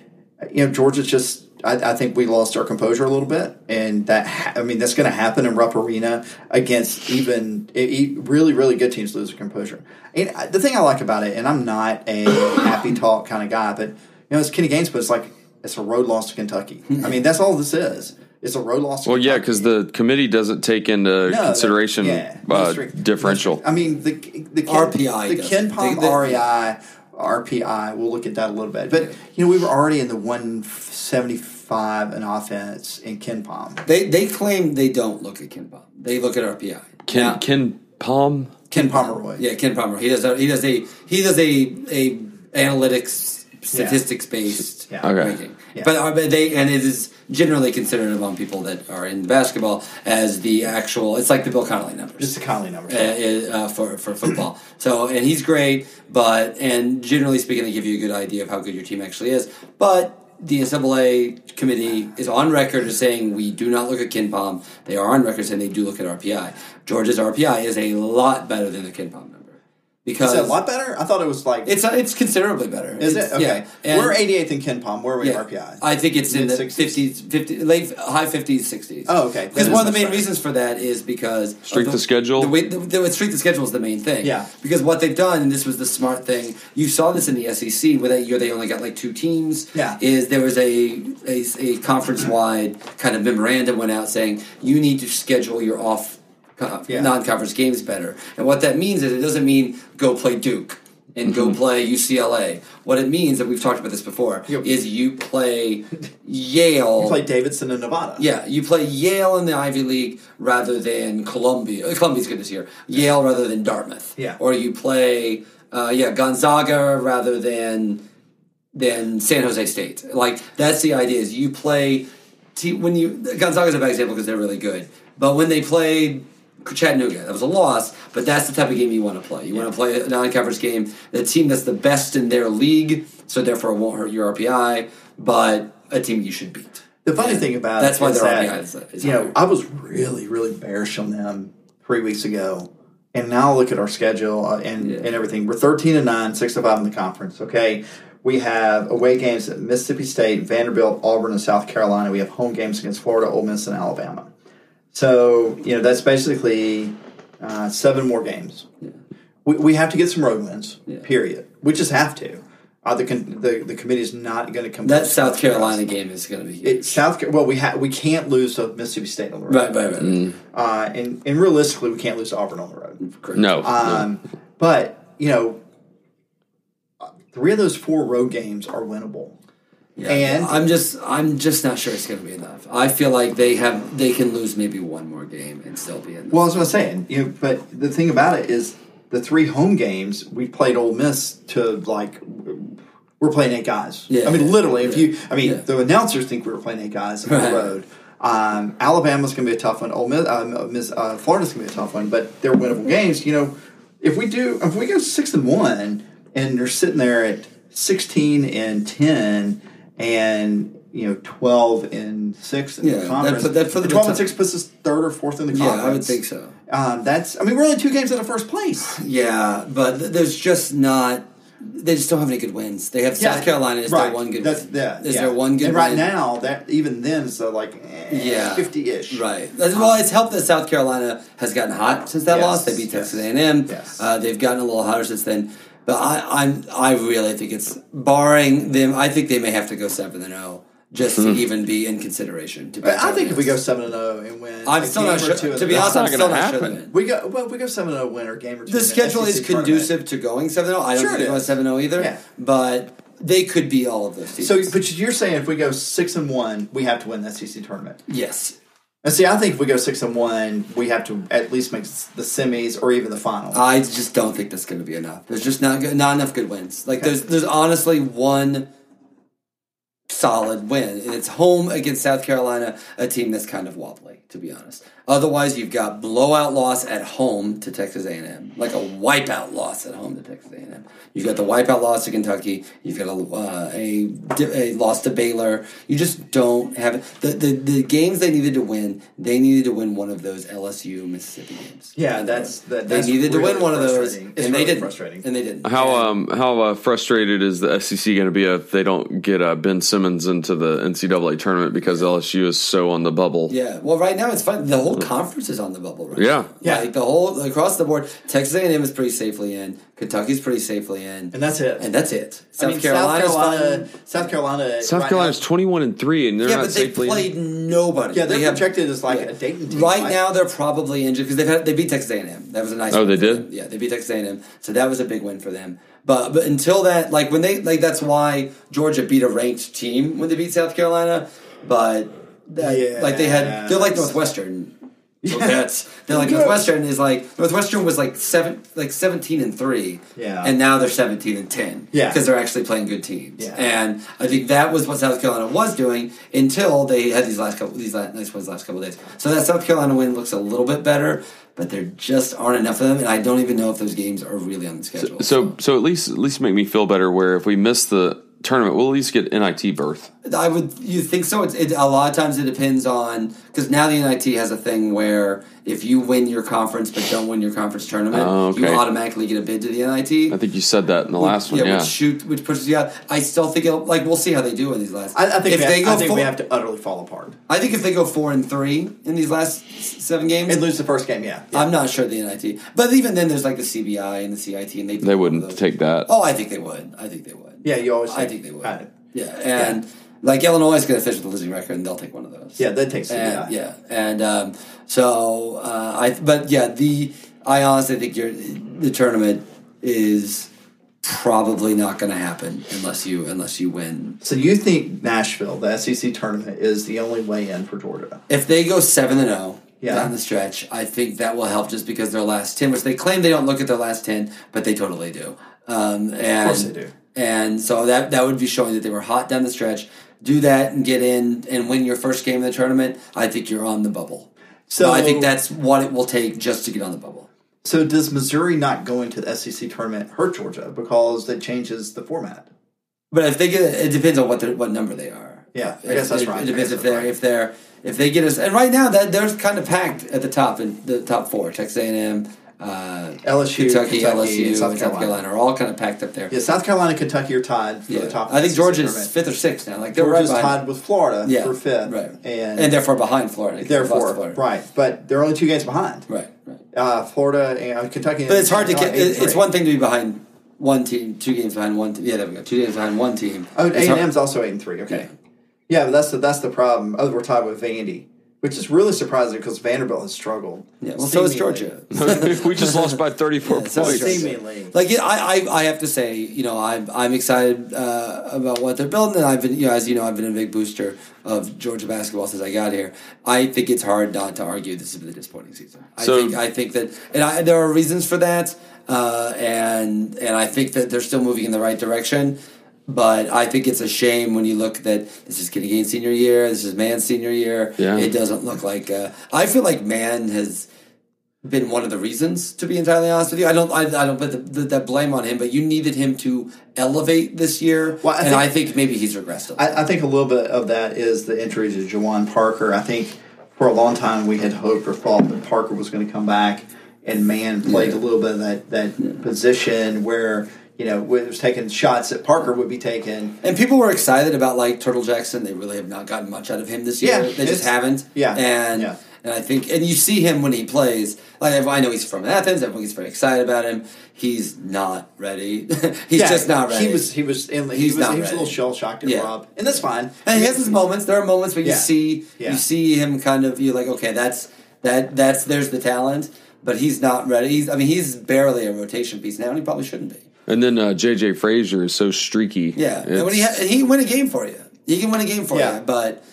you know, Georgia's just. I, I think we lost our composure a little bit, and that ha- I mean that's going to happen in Rupp Arena against even e- e- really really good teams lose their composure. And I- the thing I like about it, and I'm not a happy talk kind of guy, but you know, it's Kenny Gaines, but it's like it's a road loss to Kentucky. I mean, that's all this is. It's a road loss. To
Well, yeah,
Kentucky.
because the committee doesn't take into
No, that-
consideration
yeah,
uh,
that's right.
differential.
I mean, the the Ken,
RPI
the
does
Ken
it.
Palm E
They- they-
REI, RPI. We'll look at that a little bit, but you know, we were already in the one seventy five in offense in Ken Palm.
They they claim they don't look at Ken Palm. They look at RPI.
Uh,
Ken,
Now-
Ken Palm.
Ken Pomeroy.
yeah, Ken Palmer. He does a, he does a he does a a analytics statistics based
Yeah.
Okay.
ranking.
Yeah.
But are but they and it is generally considered among people that are in basketball as the actual. It's like the Bill Connolly numbers.
just the Conley number.
uh, uh, for for football. So and he's great, but and generally speaking, they give you a good idea of how good your team actually is. But the NCAA committee is on record as saying we do not look at Ken Palm. They are on record saying they do look at RPI. Georgia's RPI is a lot better than the Ken Palm number because
Is it a lot better? I thought it was like.
It's it's considerably better.
is
It's-
it okay?
yeah. And-
we're 88th in Ken Palm. Where are we
yeah.
in RPI?
I think it's in the
Mid-sixties?
50s, 50, late high 50s, 60s.
Oh, okay.
Because
That
one
is
of the
much
main
better.
reasons for that is because
Strength
of
of schedule?
The, way, the, the strength of schedule is the main thing.
Yeah.
Because what they've done, and this was the smart thing, you saw this in the SEC where that year they only got like two teams.
Yeah.
Is there was a a, a conference wide kind of memorandum went out saying you need to schedule your off
Yeah.
non-conference games better. And what that means is it doesn't mean go play Duke and go
Mm-hmm.
play UCLA. What it means, and we've talked about this before,
Yeah.
is you play Yale.
play Davidson in Nevada.
yeah, you play Yale in the Ivy League rather than Columbia. uh, Columbia's good this year. Yale rather than Dartmouth.
Yeah.
Or you play, uh, yeah, Gonzaga rather than than San Jose State. Like that's the idea is you play te- when you Gonzaga's a bad example because they're really good, but when they played Chattanooga, that was a loss. But that's the type of game you want to play. You want to play a non-conference game, the team that's the best in their league, so therefore it won't hurt your RPI, but a team you should beat.
The funny thing about
That's
it
why
is
they're
that,
on the outside. It's
you know,
hard.
I was really, really bearish on them three weeks ago, and now I look at our schedule uh, and
Yeah.
and everything. We're thirteen and nine, six and five in the conference. Okay, we have away games at Mississippi State, Vanderbilt, Auburn, and South Carolina. We have home games against Florida, Ole Miss, and Alabama. So you know that's basically uh, seven more games. We, we have to get some road wins. Period. We just have to. Uh, the, con- the the committee is not going to come.
That South Carolina game is going to be
It, South Ca- well, we ha- we can't lose to Mississippi State on the road,
right, right, right.
uh, and and realistically, we can't lose to Auburn on the road.
Correct.
No,
Um, But you know, three of those four road games are winnable.
Yeah.
And-
I'm just I'm just not sure it's going to be enough. I feel like they have they can lose maybe one more game and still be in. This.
Well, that's what I'm saying. You know, but the thing about it is, the three home games we played Ole Miss to like. We're playing eight guys.
Yeah.
I mean, literally. If you, I mean,
Yeah.
the announcers think we were playing eight guys on
Right.
the road. Um, Alabama's going to be a tough one. Ole Miss, uh, Miss uh, Florida's going to be a tough one, but they're winnable games. You know, if we do, if we go six and one, and they're sitting there at sixteen and ten, and you know twelve and six in
Yeah,
the
that
conference,
put- that put them
twelve and
at top.
six puts us third or fourth in the
yeah,
conference.
I would think so.
Um, that's. I mean, we're only two games out of first
<laughs>
place.
Yeah, but th- there's just not. They just don't have any good wins. They have South Carolina is their one good.
That's
win.
that.
Is
yeah.
there one good
And right
win?
now, that even then, so like eh,
Yeah.
fifty ish.
Right. That's- Well, it's helped that South Carolina has gotten hot since that
Yes,
loss. They beat Texas
yes,
A&M.
yes.
Uh, they've gotten a little hotter since then. But I, I'm, I really think it's barring them. I think they may have to go seven and zero just to even be in consideration. To
But Hmm. I think if we go seven and zero and win,
I'm
a
still
game
not
or
sure.
two in
To
the
be honest,
conference-
I'm
not
still
gonna
not sure.
happen.
that-
we go well. We go seven and zero win or game or two.
the
in
schedule
SEC
is
tournament.
conducive to going 7 0. I don't
Sure
think
it
they're going
is.
7 0 either,
Yeah.
but they could be all of those teams.
So, but you're saying if we go six and one, we have to win the SEC tournament.
yes.
And see, I think if we go six and one, we have to at least make s- the semis or even the final.
I just don't think that's going to be enough. There's just not good, not enough good wins. Like there's there's honestly one solid win, and it's home against South Carolina, a team that's kind of wobbly, to be honest. Otherwise, you've got blowout loss at home to Texas A&M, like a wipeout loss at home to Texas A&M. You've got the wipeout loss to Kentucky. You've got a uh, a, a loss to Baylor. You just don't have the, the the games they needed to win. They needed to win one of those LSU Mississippi games.
Yeah, that's- that-
they
that's
needed to win
really
one of those,
frustrating.
and
It's
they
really
didn't.
frustrating.
And they didn't.
How
And-
um how uh, frustrated is the SEC going to be if they don't get uh, Ben Simmons into the NCAA tournament because LSU is so on the bubble?
Yeah. Well, right now it's fun. The whole conference is on the bubble right
Yeah.
now.
Yeah.
Like the whole across the board, Texas A&M is pretty safely in. Kentucky's pretty safely in.
and that's it.
And that's it. South
I mean,
Carolina's
South Carolina,
fun.
South Carolina,
South
right
Carolina's
now-
twenty one and three, and they're
Yeah,
not
but they
safely.
played nobody.
Yeah, they're
They have-
projected as like a Dayton team.
Right
like-
now, they're probably injured because they've had they beat Texas A and M. That was a nice.
Oh,
win
they
for
did?
them. Yeah, they beat Texas A and M, so that was a big win for them. But but until that, like when they like that's why Georgia beat a ranked team when they beat South Carolina. But that,
Yeah.
like they had, they're like Northwestern. That's
<laughs>
they're like
Yeah.
Northwestern is like Northwestern was like seven like seventeen and three.
Yeah.
and now they're seventeen and ten.
Yeah.
because they're actually playing good teams.
Yeah.
And I think that was what South Carolina was doing until they had these last couple these last, nice ones last couple of days. So that South Carolina win looks a little bit better, but there just aren't enough of them, and I don't even know if those games are really on the schedule.
so so at least at least make me feel better. Where if we miss the tournament, we'll at least get NIT berth.
I would you think so? It's, it a lot of times it depends on because now the NIT has a thing where if you win your conference but don't win your conference tournament,
Oh, okay.
you automatically get a bid to the NIT.
I think you said that in the last one. Yeah,
which shoot, which pushes you out. I still think it'll, like we'll see how they do in these last.
I, I think,
if
we,
they
have,
go
I think
full-
we have to utterly fall apart
I think if they go four and three in these last s- seven games,
and lose the first game. Yeah,
I'm not sure the NIT. But even then, there's like the CBI and the CIT, and they
they wouldn't
those.
take that. <laughs>
Oh, I think they would. I think they would.
yeah. You always.
I think they would.
Got it.
Yeah, and like Illinois is going to finish with a losing record, and they'll take one of those.
Yeah, that takes.
And, yeah, and um, so uh, I, but yeah, the I honestly think your the tournament is probably not going to happen unless you unless you win.
So you think Nashville, the SEC tournament, is the only way in for Georgia?
If they go seven and zero
Yeah.
down the stretch, I think that will help just because their last ten, which they claim they don't look at their last ten, but they totally do. Um, and
Of course they do.
And so that that would be showing that they were hot down the stretch. Do that and get in and win your first game of the tournament. I think you're on the bubble. So
So-
I think that's what it will take just to get on the bubble.
So does Missouri not going to the SEC tournament hurt Georgia because that changes the format?
But if they get, it depends on what the, what number they are.
Yeah, I
If-
guess that's
it,
right.
It depends
I
if
guess
they're
that's
if they're if they get us. And right now, that they're kind of packed at the top in the top four: Texas A and M, uh,
LSU,
Kentucky, LSU, and
and
South, Carolina. are all kind of packed up there.
Yeah, South Carolina, and Kentucky are tied for
Yeah.
the top. of
I
the
think
SEC
Georgia's
tournament.
fifth or sixth now. Like they're
Georgia's
right behind.
tied with Florida
yeah,
for fifth,
right,
and,
therefore behind Florida. 'cause they lost to
therefore
Florida.
right, but they're only two games behind.
right, right.
Uh, Florida and Kentucky.
But it's hard to get.
Eight and
It's
three.
one thing to be behind one team, two games behind one. Team. Yeah, there we go. Two games behind one team.
Oh,
It's
A
hard-
and M's also eight and three. Okay, yeah, but that's the that's the problem. Oh, we're tied with Vandy, which is really surprising because Vanderbilt has struggled.
Yeah, well, so is
Seemingly.
Georgia.
we just lost by 34
Yeah, so
points.
it's-
Seemingly.
Like yeah, I, I, I have to say, you know, I'm, I'm excited uh, about what they're building. And I've been, you know, as you know, I've been a big booster of Georgia basketball since I got here. I think it's hard not to argue this has been a disappointing season. I
So-
think, I think that, and I, there are reasons for that, uh, and and I think that they're still moving in the right direction. But I think it's a shame when you look that this is Kenny Gaines' senior year, this is Mann's senior year.
Yeah.
It doesn't look like. Uh, I feel like Mann has been one of the reasons to be entirely honest with you i don't i, I don't put the, the, that blame on him but you needed him to elevate this year
Well, I
and
think-
i think maybe he's regressed a little.
I, I think a little bit of that is the injury to Jawan Parker. I think for a long time we had hoped or thought that Parker was going to come back, and Man played a little bit of that that position where you know it was taking shots that Parker would be taking.
and people were excited about like turtle jackson they really have not gotten much out of him this year
Yeah,
they
it's-
just haven't
yeah,
and
yeah.
and i think and you see him when he plays like i know he's from athens everyone gets very excited about him he's not ready <laughs> he's just not ready
He was he was in, he
He's
was,
not
he was a
ready.
little shell shocked at
Yeah.
Rob, and that's fine.
And he has his moments. There are moments where you
Yeah.
see
Yeah.
you see him kind of you're like, okay, that's that that's there's the talent, but he's not ready. He's I mean he's barely a rotation piece now, and he probably shouldn't be.
And then uh, JJ Frazier is so streaky.
Yeah, and when he ha-
It's-
and he can win a game for you, he can win a game for
Yeah.
you. But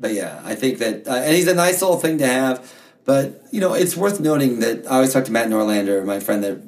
but yeah, I think that uh, and he's a nice little thing to have. But you know, it's worth noting that I always talk to Matt Norlander, my friend that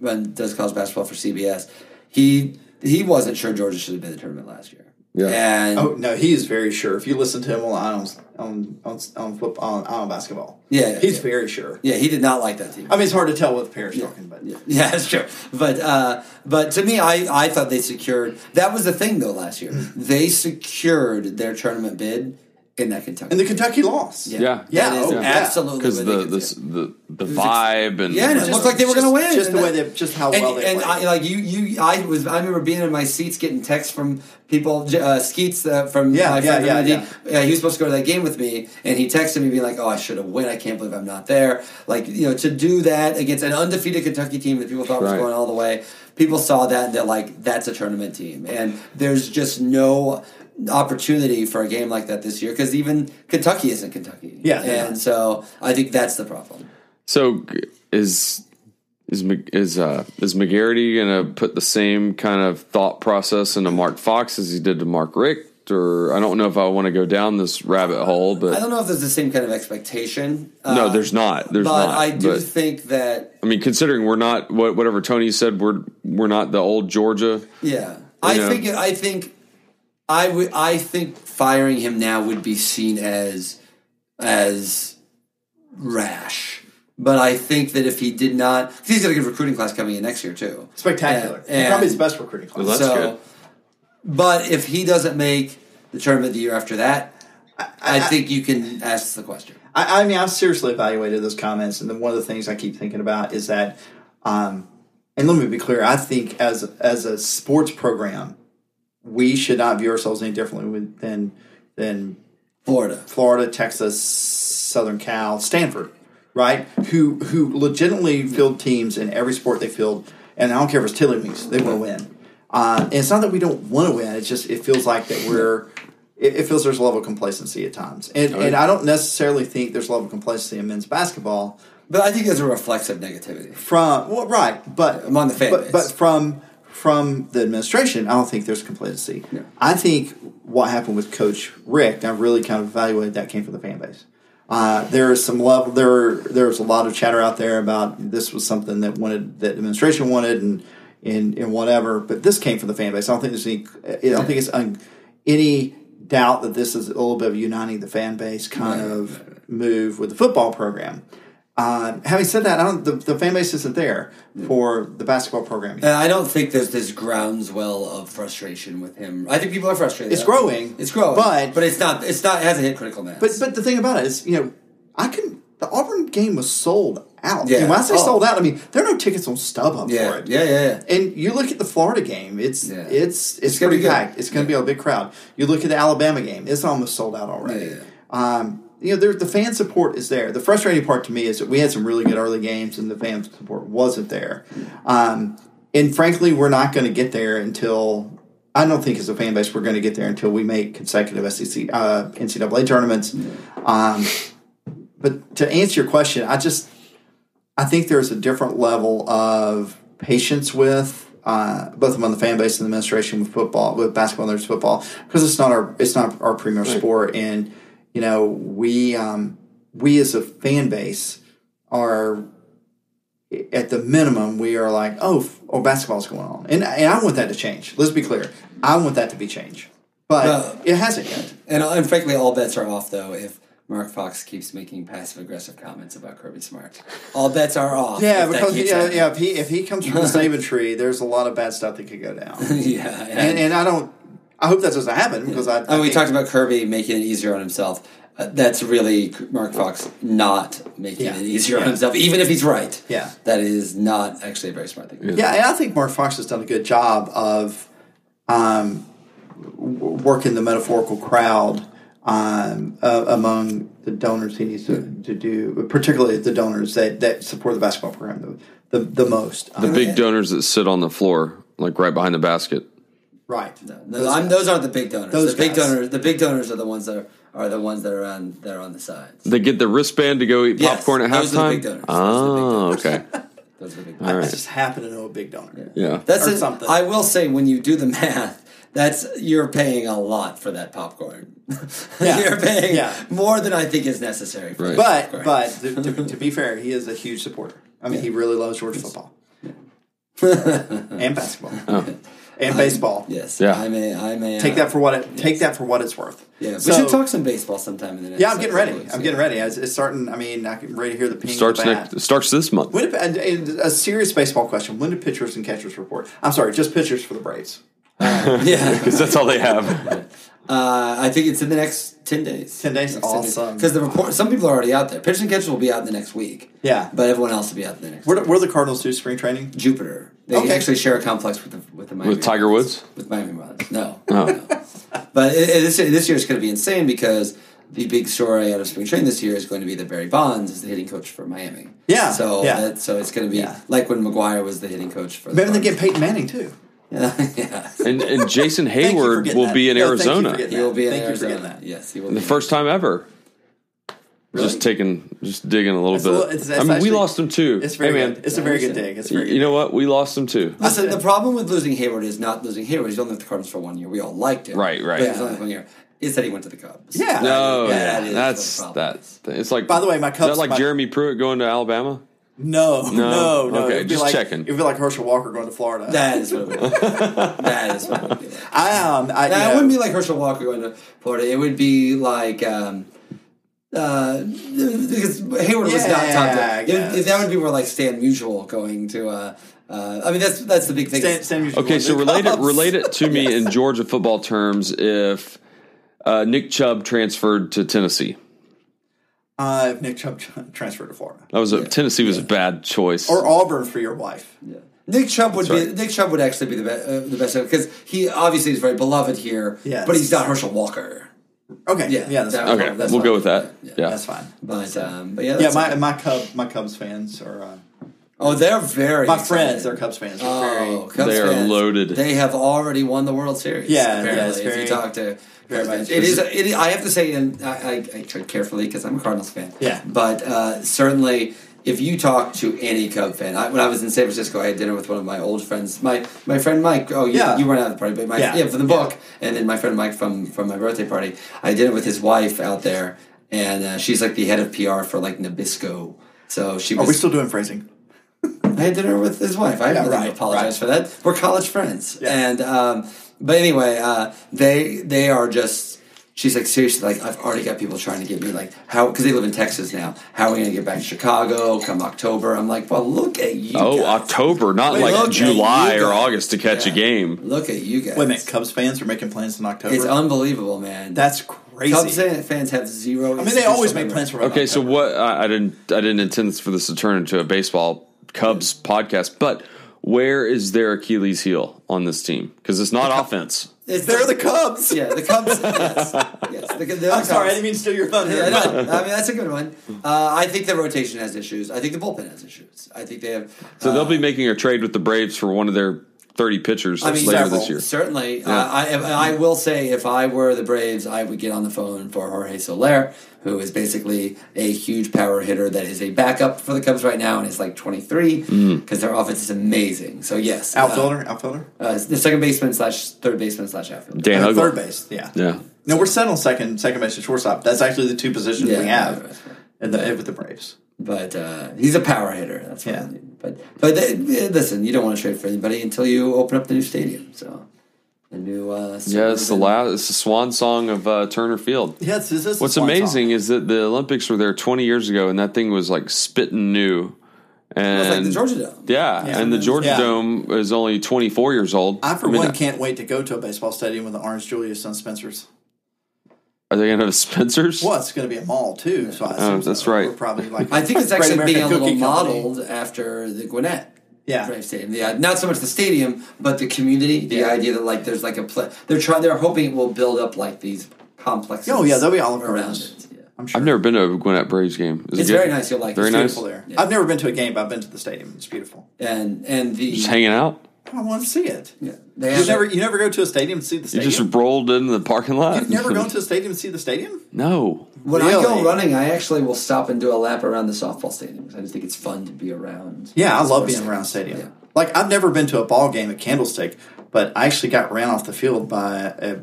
run, does college basketball for CBS. He he wasn't sure Georgia should have been in the tournament last year.
Yeah.
And
Oh no, he is very sure. If you listen to him on on on on flip, on, on basketball,
Yeah, yeah,
he's
yeah.
very sure.
yeah, he did not like that team.
I mean, it's hard to tell what the pair's talking, but
<laughs> Yeah, that's true. But uh, but to me, I, I thought they secured that was the thing though last year.
Hmm.
They secured their tournament bid in that Kentucky.
and the Kentucky loss.
yeah.
yeah, that is
oh, yeah.
absolutely
Because
what
the,
they could
the,
do.
the, the vibe and.
Yeah, and it
Just-
looked like they were
just-
going to win.
Just the
And
way
that-
they, just how
and,
well they
and
played.
I, uh, like you, you, I was. I remember being in my seats getting texts from people. J- Uh, Skeets uh, from
Yeah,
my
yeah,
friend
yeah,
from
yeah.
ID, uh, he was supposed to go to that game with me, and he texted me being like, "Oh, I should have win. I can't believe I'm not there." Like you know, to do that against an undefeated Kentucky team that people thought was
Right.
going all the way, people saw that and they're like, "That's a tournament team," and there's just no opportunity for a game like that this year because even Kentucky isn't Kentucky.
Yeah,
and
yeah.
so I think that's the problem.
So g- is is Mc- is uh is McGarity gonna put the same kind of thought process into Mark Fox as he did to Mark Richt? Or I don't know if I want to go down this rabbit hole,
I
but
don't know if there's the same kind of expectation.
no,
Uh,
there's not. There's
but
not.
I do
But,
think that
I mean, considering we're not what whatever Tony said, we're we're not the old Georgia.
yeah, I
Yeah.
think I think I would I think firing him now would be seen as as rash. But I think that if he did not, 'cause he's got a good recruiting class coming in next year too.
spectacular.
And-
Probably his
and-
best recruiting class.
That's
so,
good.
but if he doesn't make the tournament the year after that, I, think you can ask the question.
I, I mean, I've seriously evaluated those comments, and then one of the things I keep thinking about is that, um, and let me be clear, I think as as a sports program, we should not view ourselves any differently with- than than
Florida,
Florida, Texas, Southern Cal, Stanford, right? Who who legitimately field teams in every sport they field, and I don't care if it's tiddlywinks, they want to win. Uh, and it's not that we don't want to win; it's just it feels like that we're. It, it feels there's a level of complacency at times, and and I don't necessarily think there's a level of complacency in men's basketball
but I think there's a reflexive negativity.
from well, right, but
Among the fan
but,
base.
but from from the administration, I don't think there's complacency. I think what happened with Coach Rick, and I really kind of evaluated that came from the fan base. Uh, there is some level there. There's a lot of chatter out there about this was something that wanted that the administration wanted, and and and whatever. But this came from the fan base. I don't think there's any. I don't think it's un, any doubt that this is a little bit of uniting the fan base kind of move with the football program. Um, having said that, I don't, the, the fan base isn't there for the basketball program.
And I don't think there's this groundswell of frustration with him. I think people are frustrated.
It's growing,
It's growing,
but-
but it's not. It's not. It hasn't hit critical mass.
But but the thing about it is, you know, I can. The Auburn game was sold out.
Yeah.
And when I say
Oh.
sold out, I mean there are no tickets on StubHub
yeah,
for it.
yeah, yeah, yeah.
And you look at the Florida game; it's
Yeah.
it's it's, gonna
gonna be
be
good.
packed. It's gonna be a big crowd. You look at the Alabama game; it's almost sold out already.
Yeah, yeah,
Um, you know, there, the fan support is there. The frustrating part to me is that we had some really good early games, and the fan support wasn't there. Um, and frankly, we're not going to get there until I don't think as a fan base we're going to get there until we make consecutive SEC uh, NCAA tournaments. Um, but to answer your question, I just I think there's a different level of patience with uh, both among the fan base and the administration with football, with basketball and there's football because it's not our it's not our premier sport, and you know we um, we as a fan base are at the minimum we are like oh f- oh basketball's going on, and and I want that to change. Let's be clear, I want that to be changed, but
Well-
it hasn't yet.
And, uh, and frankly, all bets are off though if Mark Fox keeps making passive aggressive comments about Kirby Smart. All bets are off.
Yeah,
if that
because
keeps
yeah,
happening.
yeah, if he if he comes from the Saban tree, there's a lot of bad stuff that could go down.
<laughs> yeah, yeah.
and, and I don't. I hope that doesn't happen because
Oh,
I.
And we
think-
talked about Kirby making it easier on himself. Uh, that's really Mark Fox not making
Yeah.
it easier on himself, even if he's right.
Yeah.
that is not actually a very smart thing.
Yeah, and I think Mark Fox has done a good job of um, w- working the metaphorical crowd um, uh, among the donors he needs to, to do, particularly the donors that, that support the basketball program the, the, the most.
The
Um,
big donors that sit on the floor, like right behind the basket.
right.
No, those, I'm, those aren't the big donors.
Those
the big
guys.
donors, the big donors are the ones that are, are the ones that are on that are on the sides.
They get the wristband to go eat
Yes,
popcorn at
those are the big
halftime.
donors.
Oh,
Those
okay.
<laughs>
Those are the big
All
I
right.
just happen to know a big donor.
Yeah.
That's
Or
it.
something.
I will say when you do the <laughs> math, that's you're paying a lot for that popcorn. <laughs>
Yeah.
you're paying
Yeah.
more than I think is necessary. For
Right.
that
But
popcorn.
but to,
<laughs>
to, to be fair, he is a huge supporter. I mean, he really loves Georgia
<laughs>
football and basketball
Oh.
and baseball.
yes,
Yeah.
I may, I may uh,
Take that for what it take that for what it's worth.
Yeah,
So-
we should talk some baseball sometime in the next.
Yeah, I'm getting
couple
ready.
weeks,
I'm
yeah.
getting ready. It's, it's starting. I mean, I can ready to hear the ping. of
Starts
the bat.
next. Starts this month.
When did, and- and a serious baseball question. When do pitchers and catchers report? I'm sorry, just pitchers for the Braves.
Yeah, <laughs>
Because <laughs> that's all they have.
uh, I think it's in the next ten days.
10 days? Awesome.
Because the report, some people are already out there. Pitchers and catchers will be out in the next week.
Yeah.
but everyone else will be out in the next.
Where do, where do the Cardinals do spring training?
Jupiter. They
Okay.
actually share a complex with the with the Miami
With Tiger Woods?
With Miami Marlins. No.
Oh.
No. But it, it, this this year is going to be insane because the big story out of spring training this year is going to be that Barry Bonds is the hitting coach for Miami.
Yeah,
So
yeah.
That, so it's going to be
Yeah.
like when McGuire was the hitting coach for.
Maybe
the
they get Peyton Manning too.
Marlins. <laughs> yeah.
And, and Jason
Thank you for
Hayward
getting
will
that.
be in
No, thank you for
Arizona.
getting
He will be in
Thank you for
Arizona.
getting that.
Yes, he will.
The first time ever. Just taking, just digging a little
a
bit.
little- it's- that's
I mean,
actually-
we lost them too.
It's very
hey, man,
good. It's a very good dig. It's a very good
you know what? We lost them too.
Listen, the problem with losing Hayward is not losing Hayward. He's only with the Cardinals for one year. We all liked him.
Right, right.
But he was only with one year. Is that he went to the Cubs?
Yeah.
No, Oh,
Yeah,
yeah,
that is
that's
what the problem
that. It's like.
By the way, my
is that
Cubs-
like
my-
Jeremy Pruitt going to Alabama?
No, no, no.
Okay,
It'd be
just
like,
checking.
It'd be like Herschel Walker going to Florida.
That is what
<laughs>
it would be. that is what it would be. Like.
I um, I,
Now,
you know,
it wouldn't be like Herschel Walker going to Florida. It would be like um, uh, because Hayward was not
Yeah,
top.
I
It, it-
guess.
that would be more like Stan Musial going to. Uh, uh, I mean, that's that's the big thing.
Stan- Stan Musial
Okay,
going
so
to
relate it
Cubs.
relate it to me in Georgia football terms. If uh, Nick Chubb transferred to Tennessee,
Uh, if Nick Chubb <laughs> transferred to Florida
that was a Tennessee was a bad choice.
or Auburn for your wife.
Nick Chubb would be
right.
Nick Chubb would actually be the best uh, the best because he obviously is very beloved here.
Yes.
but he's not Herschel Walker.
Okay,
Yeah,
yeah, that's
that-
fine.
okay,
that's
we'll
fine.
go with that. Yeah,
That's fine.
But um, but yeah,
Yeah,
that's
my my Cub my Cubs fans are uh,
oh they're very
my
excited.
friends. They're Cubs fans. They're
Oh,
very,
Cubs
They are
fans,
loaded.
They have already won the World Series.
Yeah, yeah,
apparently,
it's
if
very-
you talk to
very
Cubs fans.
much.
it is. It is. I have to say, and I, I, I tread carefully because I'm a Cardinals fan.
Yeah.
but uh, certainly. If you talk to any Cub fan, I, when I was in San Francisco, I had dinner with one of my old friends, my my friend Mike. Oh, you,
Yeah.
you weren't out at the party, but my, yeah.
Yeah.
from the book, and then my friend Mike from from my birthday party. I did it with his wife out there, and uh, she's like the head of PR for like Nabisco. So she was
Oh, are we still doing phrasing?
I had dinner with his wife. I
Yeah,
really
right,
apologize for that. We're college friends,
Yeah.
and um, but anyway, uh, they they are just. She's like seriously, like I've already got people trying to get me like how because they live in Texas now. How are we gonna get back to Chicago come October? I'm like, well, look at you.
Oh,
guys.
October, not
Wait,
like
okay,
July
you
or
guys.
August to catch a
Yeah.
game.
Look at you guys.
Wait a minute, Cubs fans are making plans in October.
It's unbelievable, man.
That's crazy.
Cubs fan- fans have zero.
I mean, they always make plans for
Okay, so
October.
what? I, I didn't. I didn't intend for this to turn into a baseball Cubs podcast, but where is their Achilles heel on this team? Because it's not offense.
It's,
They're the Cubs.
yeah, the Cubs. yes, yes, the, the
I'm sorry, I
Cubs.
didn't mean to steal your thunder.
Yeah, I know. I mean, that's a good one. Uh, I think the rotation has issues. I think the bullpen has issues. I think they have. uh,
So they'll be making a trade with the Braves for one of their thirty pitchers
I mean,
later
several.
this year.
Certainly,
Yeah.
uh, I if- I will say if I were the Braves, I would get on the phone for Jorge Soler, who is basically a huge power hitter that is a backup for the Cubs right now and is like 23 because
Mm.
their offense is amazing. So yes, uh,
Outfielder, outfielder,
uh, the second baseman slash third baseman slash outfielder.
Dan
And
Huggle.
third base. Yeah.
Yeah.
No, we're set on second, second base and shortstop. That's actually the two positions
Yeah,
we
right,
have
right, right.
in the with the Braves.
but uh, he's a power hitter. That's what
Yeah.
I mean. But but they, eh, listen, you don't want to trade for anybody until you open up the new stadium. So the new uh,
Yeah, it's the
suburban-
last. It's the swan song of uh, Turner Field.
Yes, this is
What's amazing is that the Olympics were there 20 years ago, and that thing was like spitting new. And
It's like the Georgia Dome.
yeah,
Yeah.
and the Georgia
Yeah.
Dome is only 24 years old.
I for
mean, uh,
one can't wait to go to a baseball stadium with the Orange Julius and Spencers.
Are they gonna have Spencers?
Well, it's going to be a mall too, so I
Oh,
assume
that's
so.
right. <laughs>
We're probably like
I think it's
Great
actually
American
being a little
Cookie Company.
modeled after the Gwinnett.
Yeah.
Brave Stadium. Yeah, not so much the stadium, but the community. The
Yeah.
idea that like there's like a play. They're trying. They're hoping it will build up like these complexes.
Oh yeah, they'll be all over
around
around.
it. Yeah.
I'm sure.
I've never been to a Gwinnett Braves game. Is it
It's
good?
very nice. You'll like it.
Very
It's
nice.
beautiful there.
Yeah.
I've never been to a game, but I've been to the stadium. It's beautiful.
And and the
Just hanging out.
I want to see it.
yeah, they
You
have
never
never,
you never go to a stadium to see the
You
stadium.
just rolled in the parking lot. <laughs>
You've never gone to a stadium to see the stadium?
no.
when I
Really?
go running, I actually will stop and do a lap around the softball stadium 'cause I just think it's fun to be around.
Yeah, I love
sports
being around
stadiums.
stadium.
Yeah.
Like I've never been to a ball game at Candlestick, but I actually got ran off the field by a,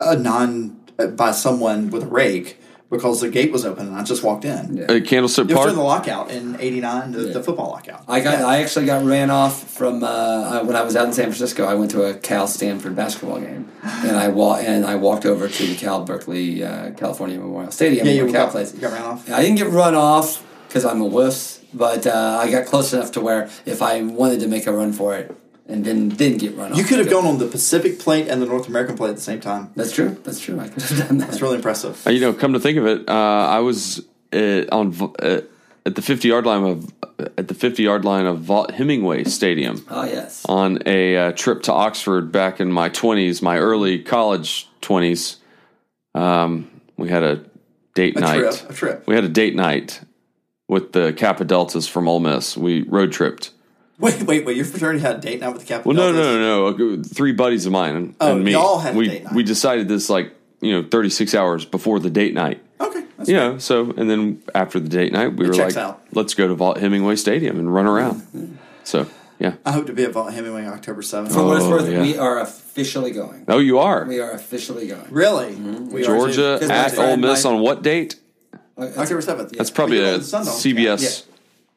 a non uh, by someone with a rake because the gate was open and I just walked in.
Yeah.
At Candlestick
It was during the
Park.
lockout in '89, the, the football lockout.
I got.
Yeah.
I actually got ran off from uh, uh, when I was out in San Francisco. I went to a Cal Stanford
<sighs>
basketball game, and I wa- and I walked over to the Cal Berkeley uh, California Memorial Stadium.
Yeah,
where
you
Cal
got-
plays.
you got ran off?
I didn't get run off because I'm a wuss, but uh, I got close enough to where if I wanted to make a run for it and then didn't get run off,
You could have gone on the Pacific plate and the North American plate at the same time.
That's true. That's true. I could have done that.
It's really impressive.
Uh, You know, come to think of it, uh, I was uh, on vo- uh, at the 50 yard line of at the 50 yard line of Vault Hemingway Stadium.
Oh yes.
on a uh, trip to Oxford back in my 20s, my early college 20s. Um, we had a date
A
night.
trip, a trip.
We had a date night with the Kappa Deltas from Ole Miss. We road tripped.
Wait, wait, wait! Your fraternity had a date night with the Captain.
Well, no, no, no, no. Uh, Three buddies of mine and,
Oh,
and me.
y'all had a
we
date night.
we decided this like you know 36 hours before the date night.
Okay, that's
You know, so and then after the date night, we were
checks
like,
out. Mm-hmm.
let's go to Vault Hemingway Stadium and run around. So yeah.
I hope to be at Vault Hemingway October seventh.
For what it's
Oh,
worth,
yeah.
we are officially going.
Oh, you are
We are officially going.
Really,
Mm-hmm.
We are too.
Georgia
Because my
at Ole
friend,
Miss
my-
on what date?
October seventh.
That's probably a
Yeah,
CBS.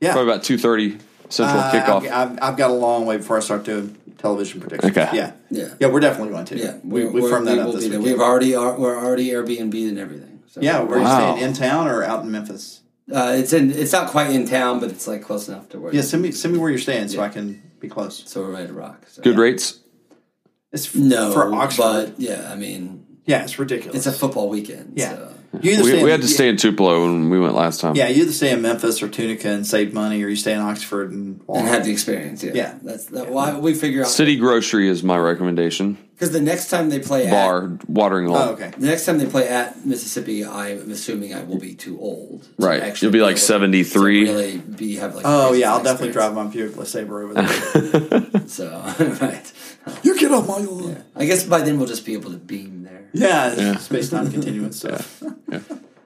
Yeah.
Probably about two thirty Central
Uh,
kickoff.
I've, I've, I've got a long way before I start doing television predictions.
Okay.
Yeah.
Yeah.
Yeah, we're definitely going to.
Yeah,
we
we're,
we firmed that
we
up
will
this
be there.
weekend.
We've already are, we're already Airbnb and everything. So,
yeah, we're
Wow.
staying in town or out in Memphis.
uh, it's in it's not quite in town, but it's like close enough to where.
Yeah, send me send me where you're staying so I can be close.
so we're ready to rock. So.
Good rates.
It's f-
No,
for Oxford.
but yeah, I mean
yeah, it's ridiculous.
it's a uh, football weekend.
yeah.
so.
You either
We, we
stay in-
had to stay in Tupelo when we went last time.
Yeah, you either stay in Memphis or Tunica and save money, or you stay in Oxford and.
and have the experience. Yeah,
Yeah.
that's that, why we figure out
City grocery is my recommendation.
because the next time they play at,
Bar, watering hole.
oh, okay.
the next time they play at Mississippi, I'm assuming I will be too old. to
Right.
actually
You'll be like
able to
73.
Really, be have like.
Oh
crazy
yeah, I'll definitely drive
experience.
my Buick
<laughs>
Saber over there.
So <laughs> right.
you get off my lawn. Yeah,
I guess by then we'll just be able to beam there.
it's space time continuance stuff.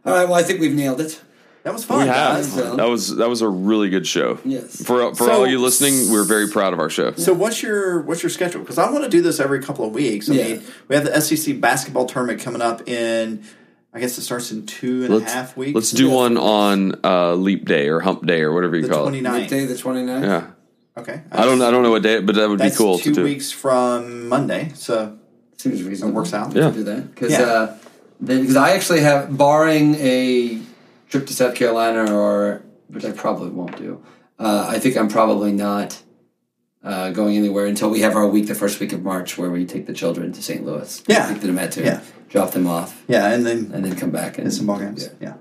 All right. Well, I think we've nailed it.
That was fun.
We have.
guys.
Well.
That was that was a really good show.
Yes.
For for
So-
all you listening, we're very proud of our show.
So what's your what's your schedule? Because I want to do this every couple of weeks. I
Yeah.
mean, we have the SEC basketball tournament coming up in I guess it starts in two and a half
Let's
weeks.
let's do one on uh, leap day or hump day or whatever you
the
call
29th.
Day the 29th?
it. Yeah,
Okay.
I don't I don't know what day, but that would be
That's
cool
two
to do.
weeks from Monday, so
Seems reasonable.
it works out.
Yeah.
to do that because
Yeah.
uh, then because I actually have barring a trip to South Carolina or which I probably won't do. Uh, I think I'm probably not uh, going anywhere until we have our week the first week of March where we take the children to St. Louis.
Yeah.
take them at two,
Yeah.
drop them off,
Yeah, and then
and then come back and
and some ball games.
Yeah.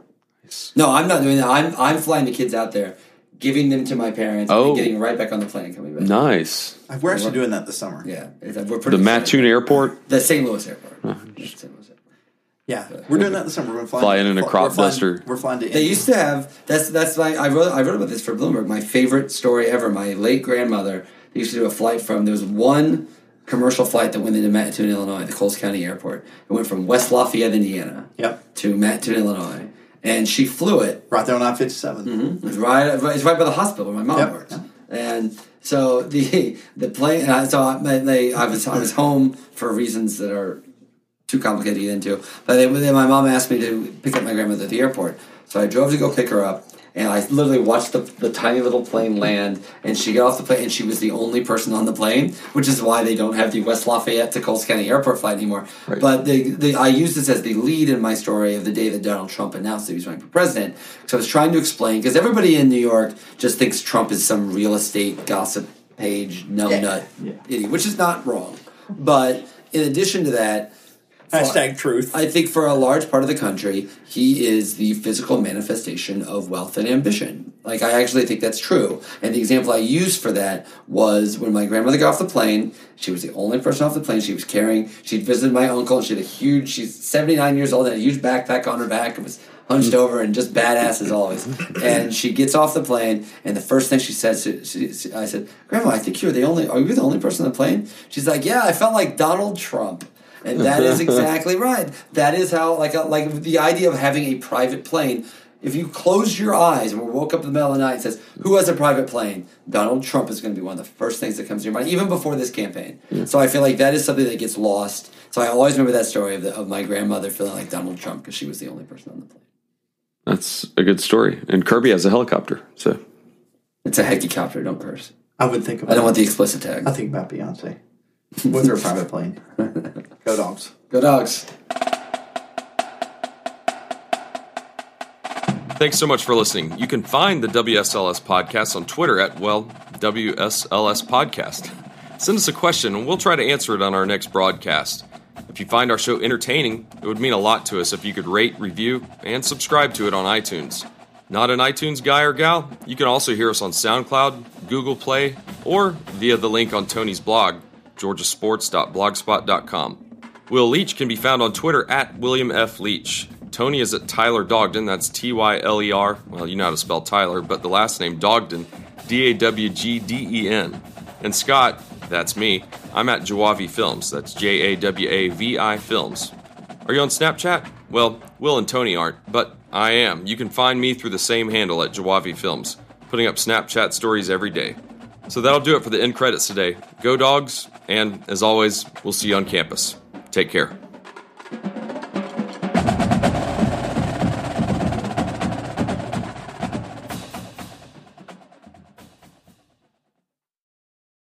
Yeah.
No, I'm not doing that. I'm I'm flying the kids out there, giving them to my parents, and
Oh.
then getting right back on the plane and coming back.
Nice.
I- We're actually doing that this summer.
Yeah, it's,
The
we're pretty
Mattoon Airport.
the St. Louis airport. The St. Louis airport.
Yeah, we're doing that this summer. We're flying,
Fly in in a
we're
crop
flying-
duster.
We're flying to
They
India.
used to have that's that's my I wrote I wrote about this for Bloomberg. My favorite story ever. My late grandmother they used to do a flight from there was one commercial flight that went into Mattoon, Illinois, the Coles County Airport. It went from West Lafayette, Indiana,
Yep.
to Mattoon, Illinois, and she flew it
right there on I fifty seven.
It's right. It's right by the hospital where my mom
Yep.
works. And so the the plane. And I, so I, they, I was I was home for reasons that are too complicated to get into. But then, then my mom asked me to pick up my grandmother at the airport. So I drove to go pick her up. And I literally watched the, the tiny little plane land, and she got off the plane, and she was the only person on the plane, which is why they don't have the West Lafayette to Coles County Airport flight anymore. But the, the, I use this as the lead in my story of the day that Donald Trump announced that he was running for president. So I was trying to explain, because everybody in New York just thinks Trump is some real estate gossip page, numb
Yeah.
nut
Yeah.
idiot, which is not wrong. But in addition to that,
Hashtag truth.
I think for a large part of the country, he is the physical manifestation of wealth and ambition. Like, I actually think that's true. And the example I used for that was when my grandmother got off the plane, she was the only person off the plane she was carrying. She'd visited my uncle, and she had a huge, she's 79 years old, and a huge backpack on her back, and was hunched over and just badass as always. And she gets off the plane, and the first thing she says, to, she, she- I said, Grandma, I think you were the only, are you the only person on the plane? She's like, Yeah, I felt like Donald Trump. And that is exactly right. That is how, like, a, like the idea of having a private plane. If you close your eyes and we woke up in the middle of the night and says, "Who has a private plane?" Donald Trump is going to be one of the first things that comes to your mind, even before this campaign. So I feel like that is something that gets lost. So I always remember that story of, the, of my grandmother feeling like Donald Trump because she was the only person on the plane.
That's a good story. And Kirby has a helicopter. So
It's a helicopter. Don't curse.
I would think about.
I don't want the explicit tag.
I think about Beyonce with her private plane. Go dogs.
Go dogs.
Thanks so much for listening. You can find the WSLS podcast on Twitter at, well, WSLS Podcast. Send us a question and we'll try to answer it on our next broadcast. If you find our show entertaining, it would mean a lot to us if you could rate, review, and subscribe to it on iTunes. Not an iTunes guy or gal? You can also hear us on SoundCloud, Google Play, or via the link on Tony's blog, georgiasports.blogspot.com. Will Leach can be found on Twitter at William F. Leach. Tony is at Tyler Dogden, that's T Y L E R. Well, you know how to spell Tyler, but the last name Dogden, D A W G D E N. And Scott, that's me, I'm at Jawavi Films, that's J A W A V I Films. Are you on Snapchat? Well, Will and Tony aren't, but I am. You can find me through the same handle at Jawavi Films, putting up Snapchat stories every day. So that'll do it for the end credits today. Go dogs, and as always, we'll see you on campus. Take care.